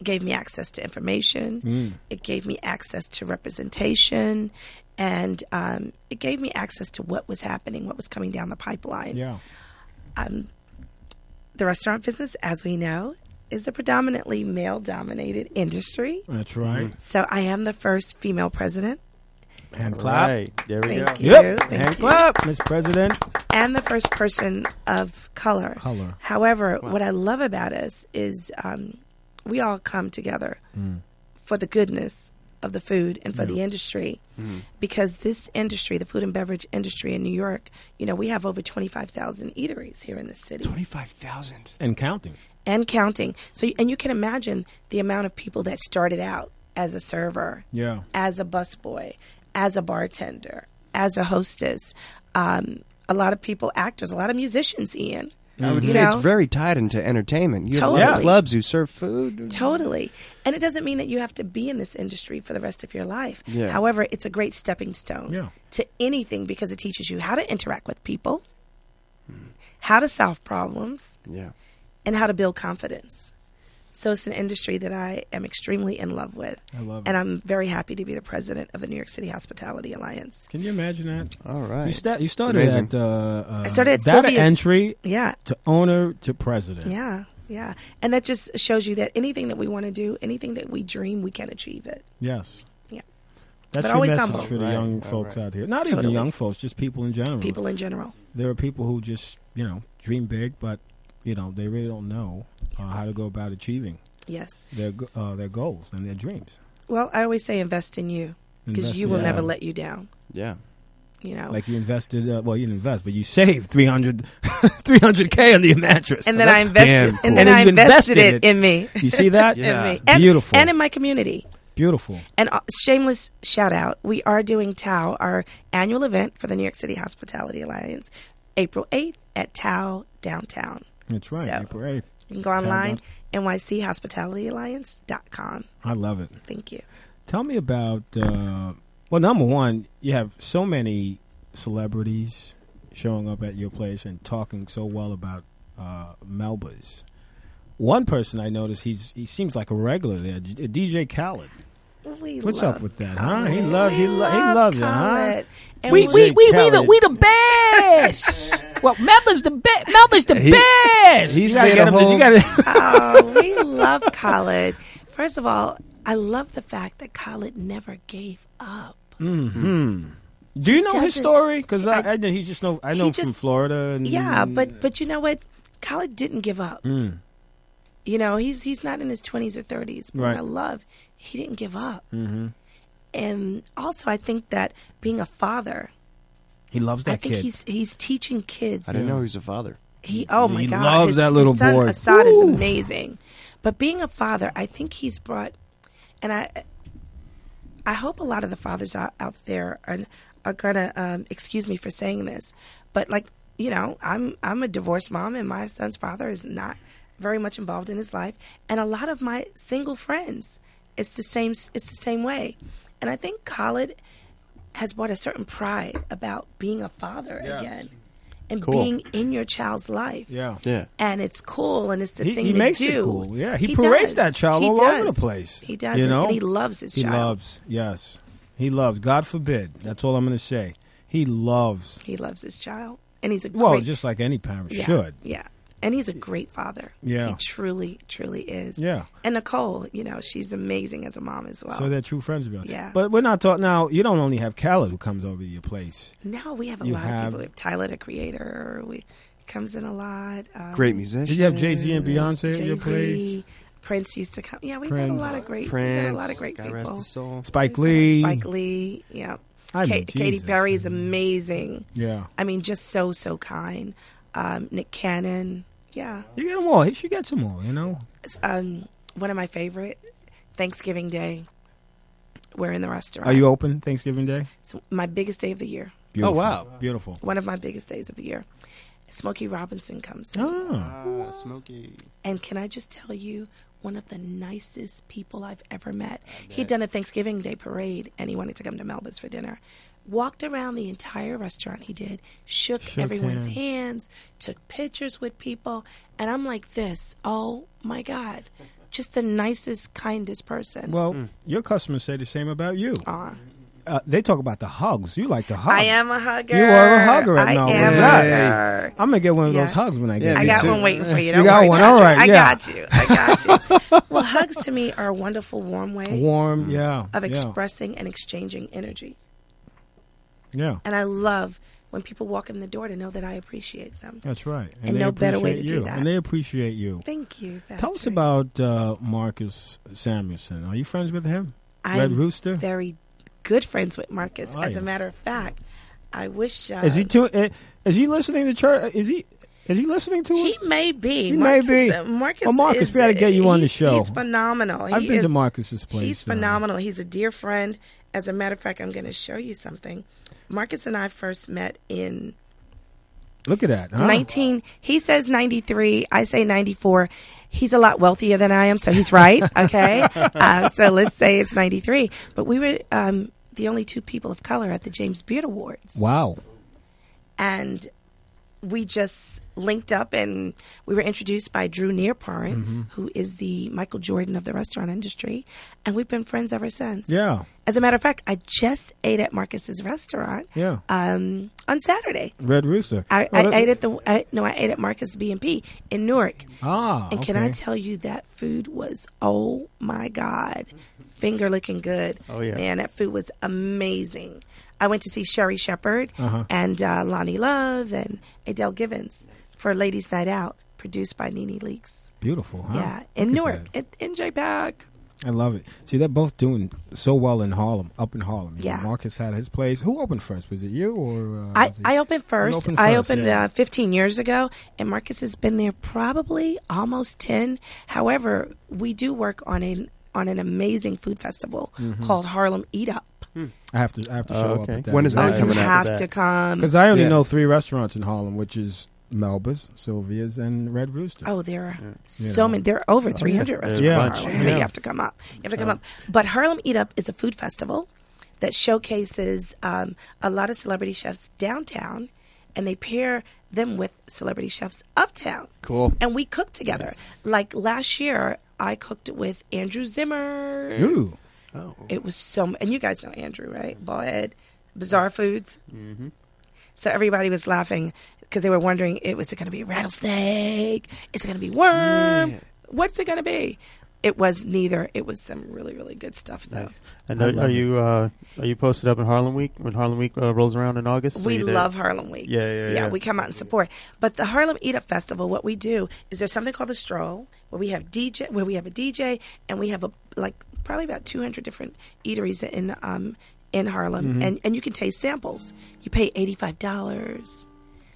Speaker 3: Gave me access to information. It gave me access to representation, and um, it gave me access to what was happening, what was coming down the pipeline
Speaker 2: Yeah.
Speaker 3: the restaurant business, as we know, is a predominantly male dominated industry.
Speaker 2: That's right.
Speaker 3: So I am the first female president.
Speaker 4: Mm-hmm.
Speaker 2: Hand clap.
Speaker 5: Right. There we
Speaker 3: Thank
Speaker 5: go.
Speaker 3: you.
Speaker 2: Yep.
Speaker 3: Thank
Speaker 2: Hand
Speaker 3: you.
Speaker 2: clap, Miss President.
Speaker 3: And the first person of color.
Speaker 2: Color.
Speaker 3: However, what I love about us is um, we all come together
Speaker 2: Mm.
Speaker 3: for the goodness of the food and for the industry
Speaker 5: Mm-hmm.
Speaker 3: because this industry, the food and beverage industry in New York, you know, we have over 25,000 eateries here in the city.
Speaker 4: Twenty-five thousand.
Speaker 2: And counting.
Speaker 3: and counting. So, and you can imagine the amount of people that started out as a server,
Speaker 2: Yeah.
Speaker 3: as a busboy, as a bartender, as a hostess. Um, a lot of people, actors, a lot of musicians. Ian,
Speaker 4: I would
Speaker 3: You
Speaker 4: say it's
Speaker 3: know?
Speaker 4: very tied into entertainment. You have a lot of
Speaker 3: Totally.
Speaker 4: clubs who serve food.
Speaker 3: Totally. And it doesn't mean that you have to be in this industry for the rest of your life.
Speaker 4: Yeah.
Speaker 3: However, it's a great stepping stone
Speaker 2: Yeah.
Speaker 3: to anything because it teaches you how to interact with people, how to solve problems,
Speaker 4: Yeah.
Speaker 3: and how to build confidence. So it's an industry that I am extremely in love with. I
Speaker 2: love it.
Speaker 3: and I'm very happy to be the president of the New York City Hospitality Alliance.
Speaker 2: Can you imagine that?
Speaker 4: All
Speaker 2: You,
Speaker 4: right.
Speaker 2: sta- you started
Speaker 4: amazing.
Speaker 2: at uh, uh,
Speaker 3: I started at
Speaker 2: data
Speaker 3: Sylvia's.
Speaker 2: entry
Speaker 3: Yeah.
Speaker 2: to owner to president.
Speaker 3: Yeah. Yeah. And that just shows you that anything that we want to do, anything that we dream, we can achieve it.
Speaker 2: Yes.
Speaker 3: Yeah.
Speaker 2: That's
Speaker 3: But
Speaker 2: your
Speaker 3: always
Speaker 2: message
Speaker 3: humble.
Speaker 2: for the
Speaker 5: Right,
Speaker 2: young
Speaker 5: right,
Speaker 2: folks
Speaker 5: right.
Speaker 2: out here. Not even
Speaker 3: Totally.
Speaker 2: young folks, just people in general.
Speaker 3: People in general.
Speaker 2: there are people who just you know dream big, but you know they really don't know uh, how to go about achieving
Speaker 3: Yes.
Speaker 2: their go- uh, their goals and their dreams.
Speaker 3: Well, I always say invest in you because
Speaker 2: Invest
Speaker 3: you
Speaker 2: in
Speaker 3: will never
Speaker 2: yourself.
Speaker 3: let you down.
Speaker 4: Yeah.
Speaker 3: You know.
Speaker 2: Like you invested, uh, well, you didn't invest, but you saved 300 k on the mattress.
Speaker 3: and then I invested,
Speaker 4: damn
Speaker 3: and then
Speaker 2: cool.
Speaker 3: I
Speaker 2: And then you
Speaker 3: invested
Speaker 2: invested it.
Speaker 3: it, in me,
Speaker 2: you see that?
Speaker 4: Yeah.
Speaker 3: in me, and,
Speaker 2: Beautiful.
Speaker 3: and in my community.
Speaker 2: Beautiful.
Speaker 3: And uh, shameless shout out, we are doing Tao, our annual event for the New York City Hospitality Alliance, April 8th at Tao downtown.
Speaker 2: That's right.
Speaker 3: So-
Speaker 2: April 8th.
Speaker 3: You can go online, nychospitalityalliance.com.
Speaker 2: I love it.
Speaker 3: Thank you.
Speaker 2: Tell me about. Uh, well, number one, you have so many celebrities showing up at your place and talking so well about uh, Melba's. One person I noticed, he's he seems like a regular there, J- DJ Khaled.
Speaker 3: We
Speaker 2: What's
Speaker 3: love
Speaker 2: up with that, huh? He
Speaker 3: Colin.
Speaker 2: loved, he,
Speaker 3: We
Speaker 2: lo- he
Speaker 3: love
Speaker 2: loved it, huh?
Speaker 3: Colin. And
Speaker 5: We- we- we- we the- we the
Speaker 2: best. well, Melba's the best. Melba's the
Speaker 4: He-
Speaker 2: best.
Speaker 4: he's
Speaker 2: you gotta
Speaker 4: made
Speaker 2: get
Speaker 4: a
Speaker 2: him. this- You
Speaker 4: whole-
Speaker 2: gotta.
Speaker 3: oh, we love Khaled. First of all, I love the fact that Khaled never gave up.
Speaker 2: Do you know his
Speaker 3: doesn't-
Speaker 2: story? Because I,
Speaker 3: I-
Speaker 2: I, know he just know I
Speaker 3: he
Speaker 2: know him from
Speaker 3: just-
Speaker 2: Florida. And,
Speaker 3: Yeah,
Speaker 2: Mm.
Speaker 3: but but you know what? Khaled didn't give up. You know, he's he's not in his twenties or thirties. But
Speaker 2: Right. Mm-hmm.
Speaker 3: what I love he didn't give up. And also, I think that being a father,
Speaker 2: he loves that
Speaker 3: I think
Speaker 2: kid.
Speaker 3: he's he's teaching kids.
Speaker 4: I didn't know he was a father.
Speaker 3: He oh my
Speaker 2: He
Speaker 3: god,
Speaker 2: loves
Speaker 3: his,
Speaker 2: that little
Speaker 3: his son,
Speaker 2: boy.
Speaker 3: Assad is
Speaker 2: Woo.
Speaker 3: amazing, but being a father, I think he's brought, and I, I hope a lot of the fathers out, out there are, are gonna um, excuse me for saying this, but like you know, I'm I'm a divorced mom, and my son's father is not very much involved in his life, and a lot of my single friends, it's the same it's the same way, and I think Khaled has brought a certain pride about being a father again. And being in your child's life
Speaker 2: yeah.
Speaker 4: Yeah.
Speaker 3: and it's cool and it's the
Speaker 2: He-
Speaker 3: thing
Speaker 2: he
Speaker 3: to
Speaker 2: makes it
Speaker 3: do.
Speaker 2: cool. Yeah, he parades that child all over the place,
Speaker 3: He does,
Speaker 2: you
Speaker 3: and-
Speaker 2: know?
Speaker 3: and he loves his
Speaker 2: He
Speaker 3: child.
Speaker 2: loves. Yes, he loves. God forbid. That's all I'm going to say. He loves.
Speaker 3: He loves his child, and he's a great,
Speaker 2: Well, just like any parent
Speaker 3: yeah,
Speaker 2: should.
Speaker 3: yeah, and he's a great father.
Speaker 2: Yeah.
Speaker 3: he truly, truly is.
Speaker 2: Yeah.
Speaker 3: and Nicole, you know, she's amazing as a mom as well.
Speaker 2: So they're true friends of yours.
Speaker 3: Oh. Yeah.
Speaker 2: But we're not talking now. You don't only have Khaled who comes over to your place.
Speaker 3: now we have a
Speaker 2: you
Speaker 3: lot
Speaker 2: have-
Speaker 3: of people. We have Tyler, the creator. We comes in a lot. Um,
Speaker 4: Great
Speaker 2: Did
Speaker 4: musician.
Speaker 2: you have Jay Z and Beyonce at your place?
Speaker 3: Jay-Z, Prince used to come. Yeah, we had a
Speaker 2: Prince.
Speaker 3: lot of great. we had
Speaker 5: Prince,
Speaker 3: a lot of great
Speaker 5: God rest
Speaker 3: people.
Speaker 5: his soul.
Speaker 2: Spike Lee.
Speaker 3: Spike Lee. Yeah.
Speaker 2: I mean,
Speaker 3: Ka- Katy
Speaker 2: Jesus.
Speaker 3: Perry is amazing.
Speaker 2: Yeah.
Speaker 3: I mean, just so so kind. Um, Nick Cannon, yeah.
Speaker 2: You get them all. He should get some more. You know.
Speaker 3: It's, Um, one of my favorite Thanksgiving Day. We're in the restaurant.
Speaker 2: Are you open Thanksgiving Day?
Speaker 3: It's my biggest day of the year.
Speaker 2: Beautiful. Oh wow. Beautiful.
Speaker 3: One of my biggest days of the year. Smokey Robinson comes in,
Speaker 2: Oh.
Speaker 6: Ah, Smokey.
Speaker 3: and can I just tell you, one of the nicest people I've ever met. He'd done a Thanksgiving Day parade, and he wanted to come to Melba's for dinner. Walked around the entire restaurant. He did. Shook, everyone's
Speaker 2: hands.
Speaker 3: hands, took pictures with people, and I'm like this. Oh my God, just the nicest, kindest person.
Speaker 2: Well, your customers say the same about you.
Speaker 3: Aw.
Speaker 2: Uh, they talk about the hugs. You like the hug.
Speaker 3: I am a hugger.
Speaker 2: You are a hugger at
Speaker 3: I
Speaker 2: Melba's.
Speaker 3: am
Speaker 2: Yes.
Speaker 3: a hugger.
Speaker 2: I'm gonna get one of
Speaker 3: Yeah.
Speaker 2: those hugs when I get.
Speaker 4: Yeah,
Speaker 3: I
Speaker 4: me
Speaker 2: there.
Speaker 3: got
Speaker 4: too.
Speaker 3: one waiting for you.
Speaker 2: You
Speaker 3: Don't
Speaker 2: got
Speaker 3: worry
Speaker 2: one.
Speaker 3: about
Speaker 2: All
Speaker 3: you.
Speaker 2: right,
Speaker 3: I
Speaker 2: yeah.
Speaker 3: got you. I got you. well, hugs to me are a wonderful, warm way
Speaker 4: Mm.
Speaker 2: Warm. Yeah.
Speaker 3: of
Speaker 2: yeah,
Speaker 3: expressing and exchanging energy.
Speaker 2: Yeah.
Speaker 3: And I love when people walk in the door to know that I appreciate them.
Speaker 2: That's right. And,
Speaker 3: And
Speaker 2: they
Speaker 3: no better way to
Speaker 2: appreciate
Speaker 3: do
Speaker 2: you.
Speaker 3: that.
Speaker 2: And they appreciate you.
Speaker 3: Thank you. Patrick.
Speaker 2: Tell us about uh, Marcus Samuelson. Are you friends with him? Red
Speaker 3: I'm
Speaker 2: Rooster?
Speaker 3: Very good friends with Marcus.
Speaker 2: Are
Speaker 3: As
Speaker 2: you?
Speaker 3: a matter of fact, I wish uh,
Speaker 2: Is he too, eh, Is he listening to church? Is he? Is he listening to
Speaker 3: He
Speaker 2: it?
Speaker 3: may be.
Speaker 2: He may
Speaker 3: Marcus,
Speaker 2: be.
Speaker 3: uh, Marcus.
Speaker 2: Well, Marcus,
Speaker 3: is,
Speaker 2: we gotta get you
Speaker 3: uh,
Speaker 2: on the
Speaker 3: he's-
Speaker 2: show.
Speaker 3: He's phenomenal.
Speaker 2: I've
Speaker 3: He
Speaker 2: been to
Speaker 3: is-
Speaker 2: Marcus's place.
Speaker 3: He's
Speaker 2: uh,
Speaker 3: phenomenal. He's a dear friend. As a matter of fact, I'm going to show you something. Marcus and I first met in
Speaker 2: Look at that. Huh?
Speaker 3: 19 he says 93 i say 94 he's a lot wealthier than i am so he's right okay uh, so let's say it's 93 but we were um, the only two people of color at the james beard awards
Speaker 2: Wow.
Speaker 3: and we just linked up and we were introduced by drew nearparent
Speaker 2: Mm-hmm.
Speaker 3: who is the michael jordan of the restaurant industry and we've been friends ever since
Speaker 2: Yeah.
Speaker 3: as a matter of fact i just ate at marcus's restaurant
Speaker 2: Yeah.
Speaker 3: um, on saturday
Speaker 2: Red Rooster.
Speaker 3: I,
Speaker 2: Well, that-
Speaker 3: I ate at the I, no, I ate at Marcus B and P in Newark,
Speaker 2: Ah.
Speaker 3: and can I
Speaker 2: okay.
Speaker 3: tell you that food was oh my god, finger licking good. Oh
Speaker 5: yeah.
Speaker 3: man, that food was amazing. I went to see Sherry Shepherd
Speaker 2: Uh-huh.
Speaker 3: and uh, Lonnie Love and Adele Givens for Ladies Night Out, produced by Nene Leakes.
Speaker 2: Beautiful. Huh?
Speaker 3: Yeah, in
Speaker 2: Look at
Speaker 3: Newark,
Speaker 2: that.
Speaker 3: at NJ Pack.
Speaker 2: I love it. See, they're both doing so well in Harlem, up in Harlem. You know,
Speaker 3: Yeah.
Speaker 2: Marcus had his place. Who opened first? Was it you or? Uh,
Speaker 3: I,
Speaker 2: was it-
Speaker 3: I opened first.
Speaker 2: opened
Speaker 3: I
Speaker 2: first,
Speaker 3: opened
Speaker 2: yeah.
Speaker 3: uh, 15 years ago, and Marcus has been there probably almost 10. However, we do work on an on an amazing food festival called Harlem Eat Up.
Speaker 2: I have to. I have to show up.
Speaker 5: okay.
Speaker 2: At that
Speaker 4: Uh, When is
Speaker 2: event.
Speaker 4: that
Speaker 3: you
Speaker 4: coming out?
Speaker 3: have
Speaker 5: that.
Speaker 3: to come.
Speaker 2: Because I only
Speaker 4: Yeah.
Speaker 2: know three restaurants in Harlem, which is Melba's, Sylvia's, and Red Rooster.
Speaker 3: Oh, there are so many. There are over 300 restaurants
Speaker 2: Oh, Yeah.
Speaker 3: in Harlem, so
Speaker 2: Yeah.
Speaker 3: you have to come up. You have to come up. But Harlem Eat Up is a food festival that showcases um, a lot of celebrity chefs downtown, and they pair them with celebrity chefs uptown.
Speaker 4: Cool.
Speaker 3: And we cook together. Like last year, I cooked with Andrew Zimmer.
Speaker 2: Ooh,
Speaker 3: It was so, m- and you guys know Andrew, right? Bald Ed, Bizarre Foods. Mm-hmm. So everybody was laughing because they were wondering, it was it going to be rattlesnake? Is it going to be worm? What's it going to be? It was neither. It was some really, really good stuff, though.
Speaker 5: And are, are you uh, are you posted up in Harlem Week when Harlem Week uh, rolls around in August? Are
Speaker 3: we
Speaker 5: you there?
Speaker 3: love Harlem Week.
Speaker 5: Yeah, yeah, yeah.
Speaker 3: We come out and support. But the Harlem Eat Up Festival, what we do is there's something called the Stroll, where we have DJ, where we have a DJ, and we have a like probably about 200 different eateries in um in Harlem,
Speaker 5: Mm-hmm.
Speaker 3: and and you can taste samples. You pay eighty five dollars,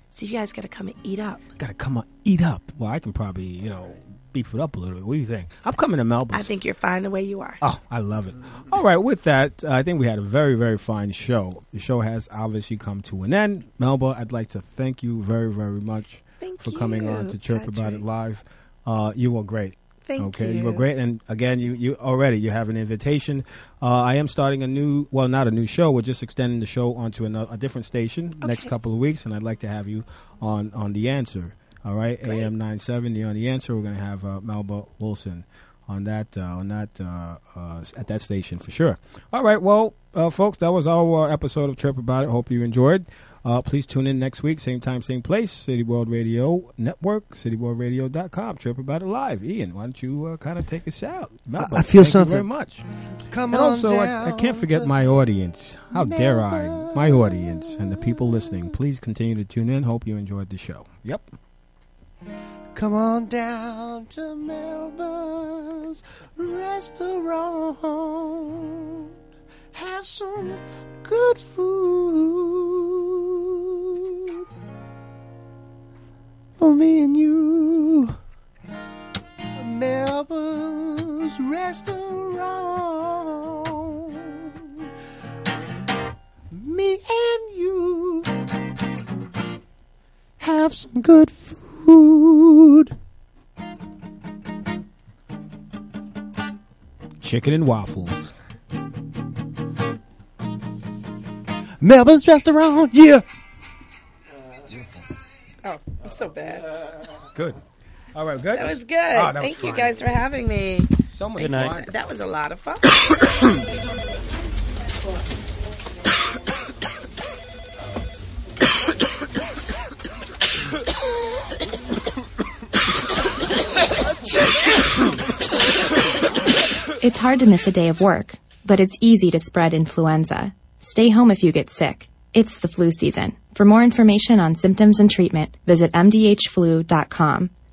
Speaker 3: so you guys got to come and eat up.
Speaker 2: Gotta come on, eat up. Well, I can probably, you know, beef it up a little bit. What do you think? I'm coming to Melbourne.
Speaker 3: I think you're fine the way you are.
Speaker 2: Oh, I love it. All right, with that, uh, I think we had a very, very fine show. The show has obviously come to an end. Melba, I'd like to thank you very, very much
Speaker 3: Thank
Speaker 2: for coming on
Speaker 3: you,
Speaker 2: to Chirp About It
Speaker 3: Patrick.
Speaker 2: Live. Uh, you were great.
Speaker 3: Thank
Speaker 2: okay,
Speaker 3: you.
Speaker 2: were great. And again, you, you already you have an invitation. Uh, I am starting a new, well, not a new show. We're just extending the show onto another, a different station next
Speaker 3: Okay.
Speaker 2: couple of weeks, and I'd like to have you on on the answer. All right, AM nine seventy on the answer. We're going to have uh, Melba Wilson on that uh, on that uh, uh, s- at that station for sure. All right, well, uh, folks, that was our uh, episode of Chirp About It. Hope you enjoyed. Uh, please tune in next week, same time, same place. City World Radio Network, cityworldradio.com. Chirp About It Live. Ian, why don't you uh, kind of take us out? Melba,
Speaker 4: I feel
Speaker 2: thank you
Speaker 4: something.
Speaker 2: very much.
Speaker 4: Come
Speaker 2: And also, I, I can't forget my audience. How dare I? My audience and the people listening. Please continue to tune in. Hope you enjoyed the show. Yep.
Speaker 4: Come on down to Melba's restaurant. Have some good food for me and you. Melba's restaurant. Me and you have some good food.
Speaker 2: Chicken and waffles.
Speaker 4: Melba's restaurant, yeah.
Speaker 3: Oh, I'm so bad.
Speaker 2: Good. All right, good.
Speaker 3: That was good.
Speaker 5: Ah,
Speaker 2: Oh, that was
Speaker 3: Thank you
Speaker 2: fun.
Speaker 3: guys for having me.
Speaker 2: So much
Speaker 5: Good night.
Speaker 2: fun.
Speaker 3: That was a lot of fun.
Speaker 8: It's hard to miss a day of work, but it's easy to spread influenza. Stay home if you get sick. It's the flu season. For more information on symptoms and treatment, visit mdhflu.com.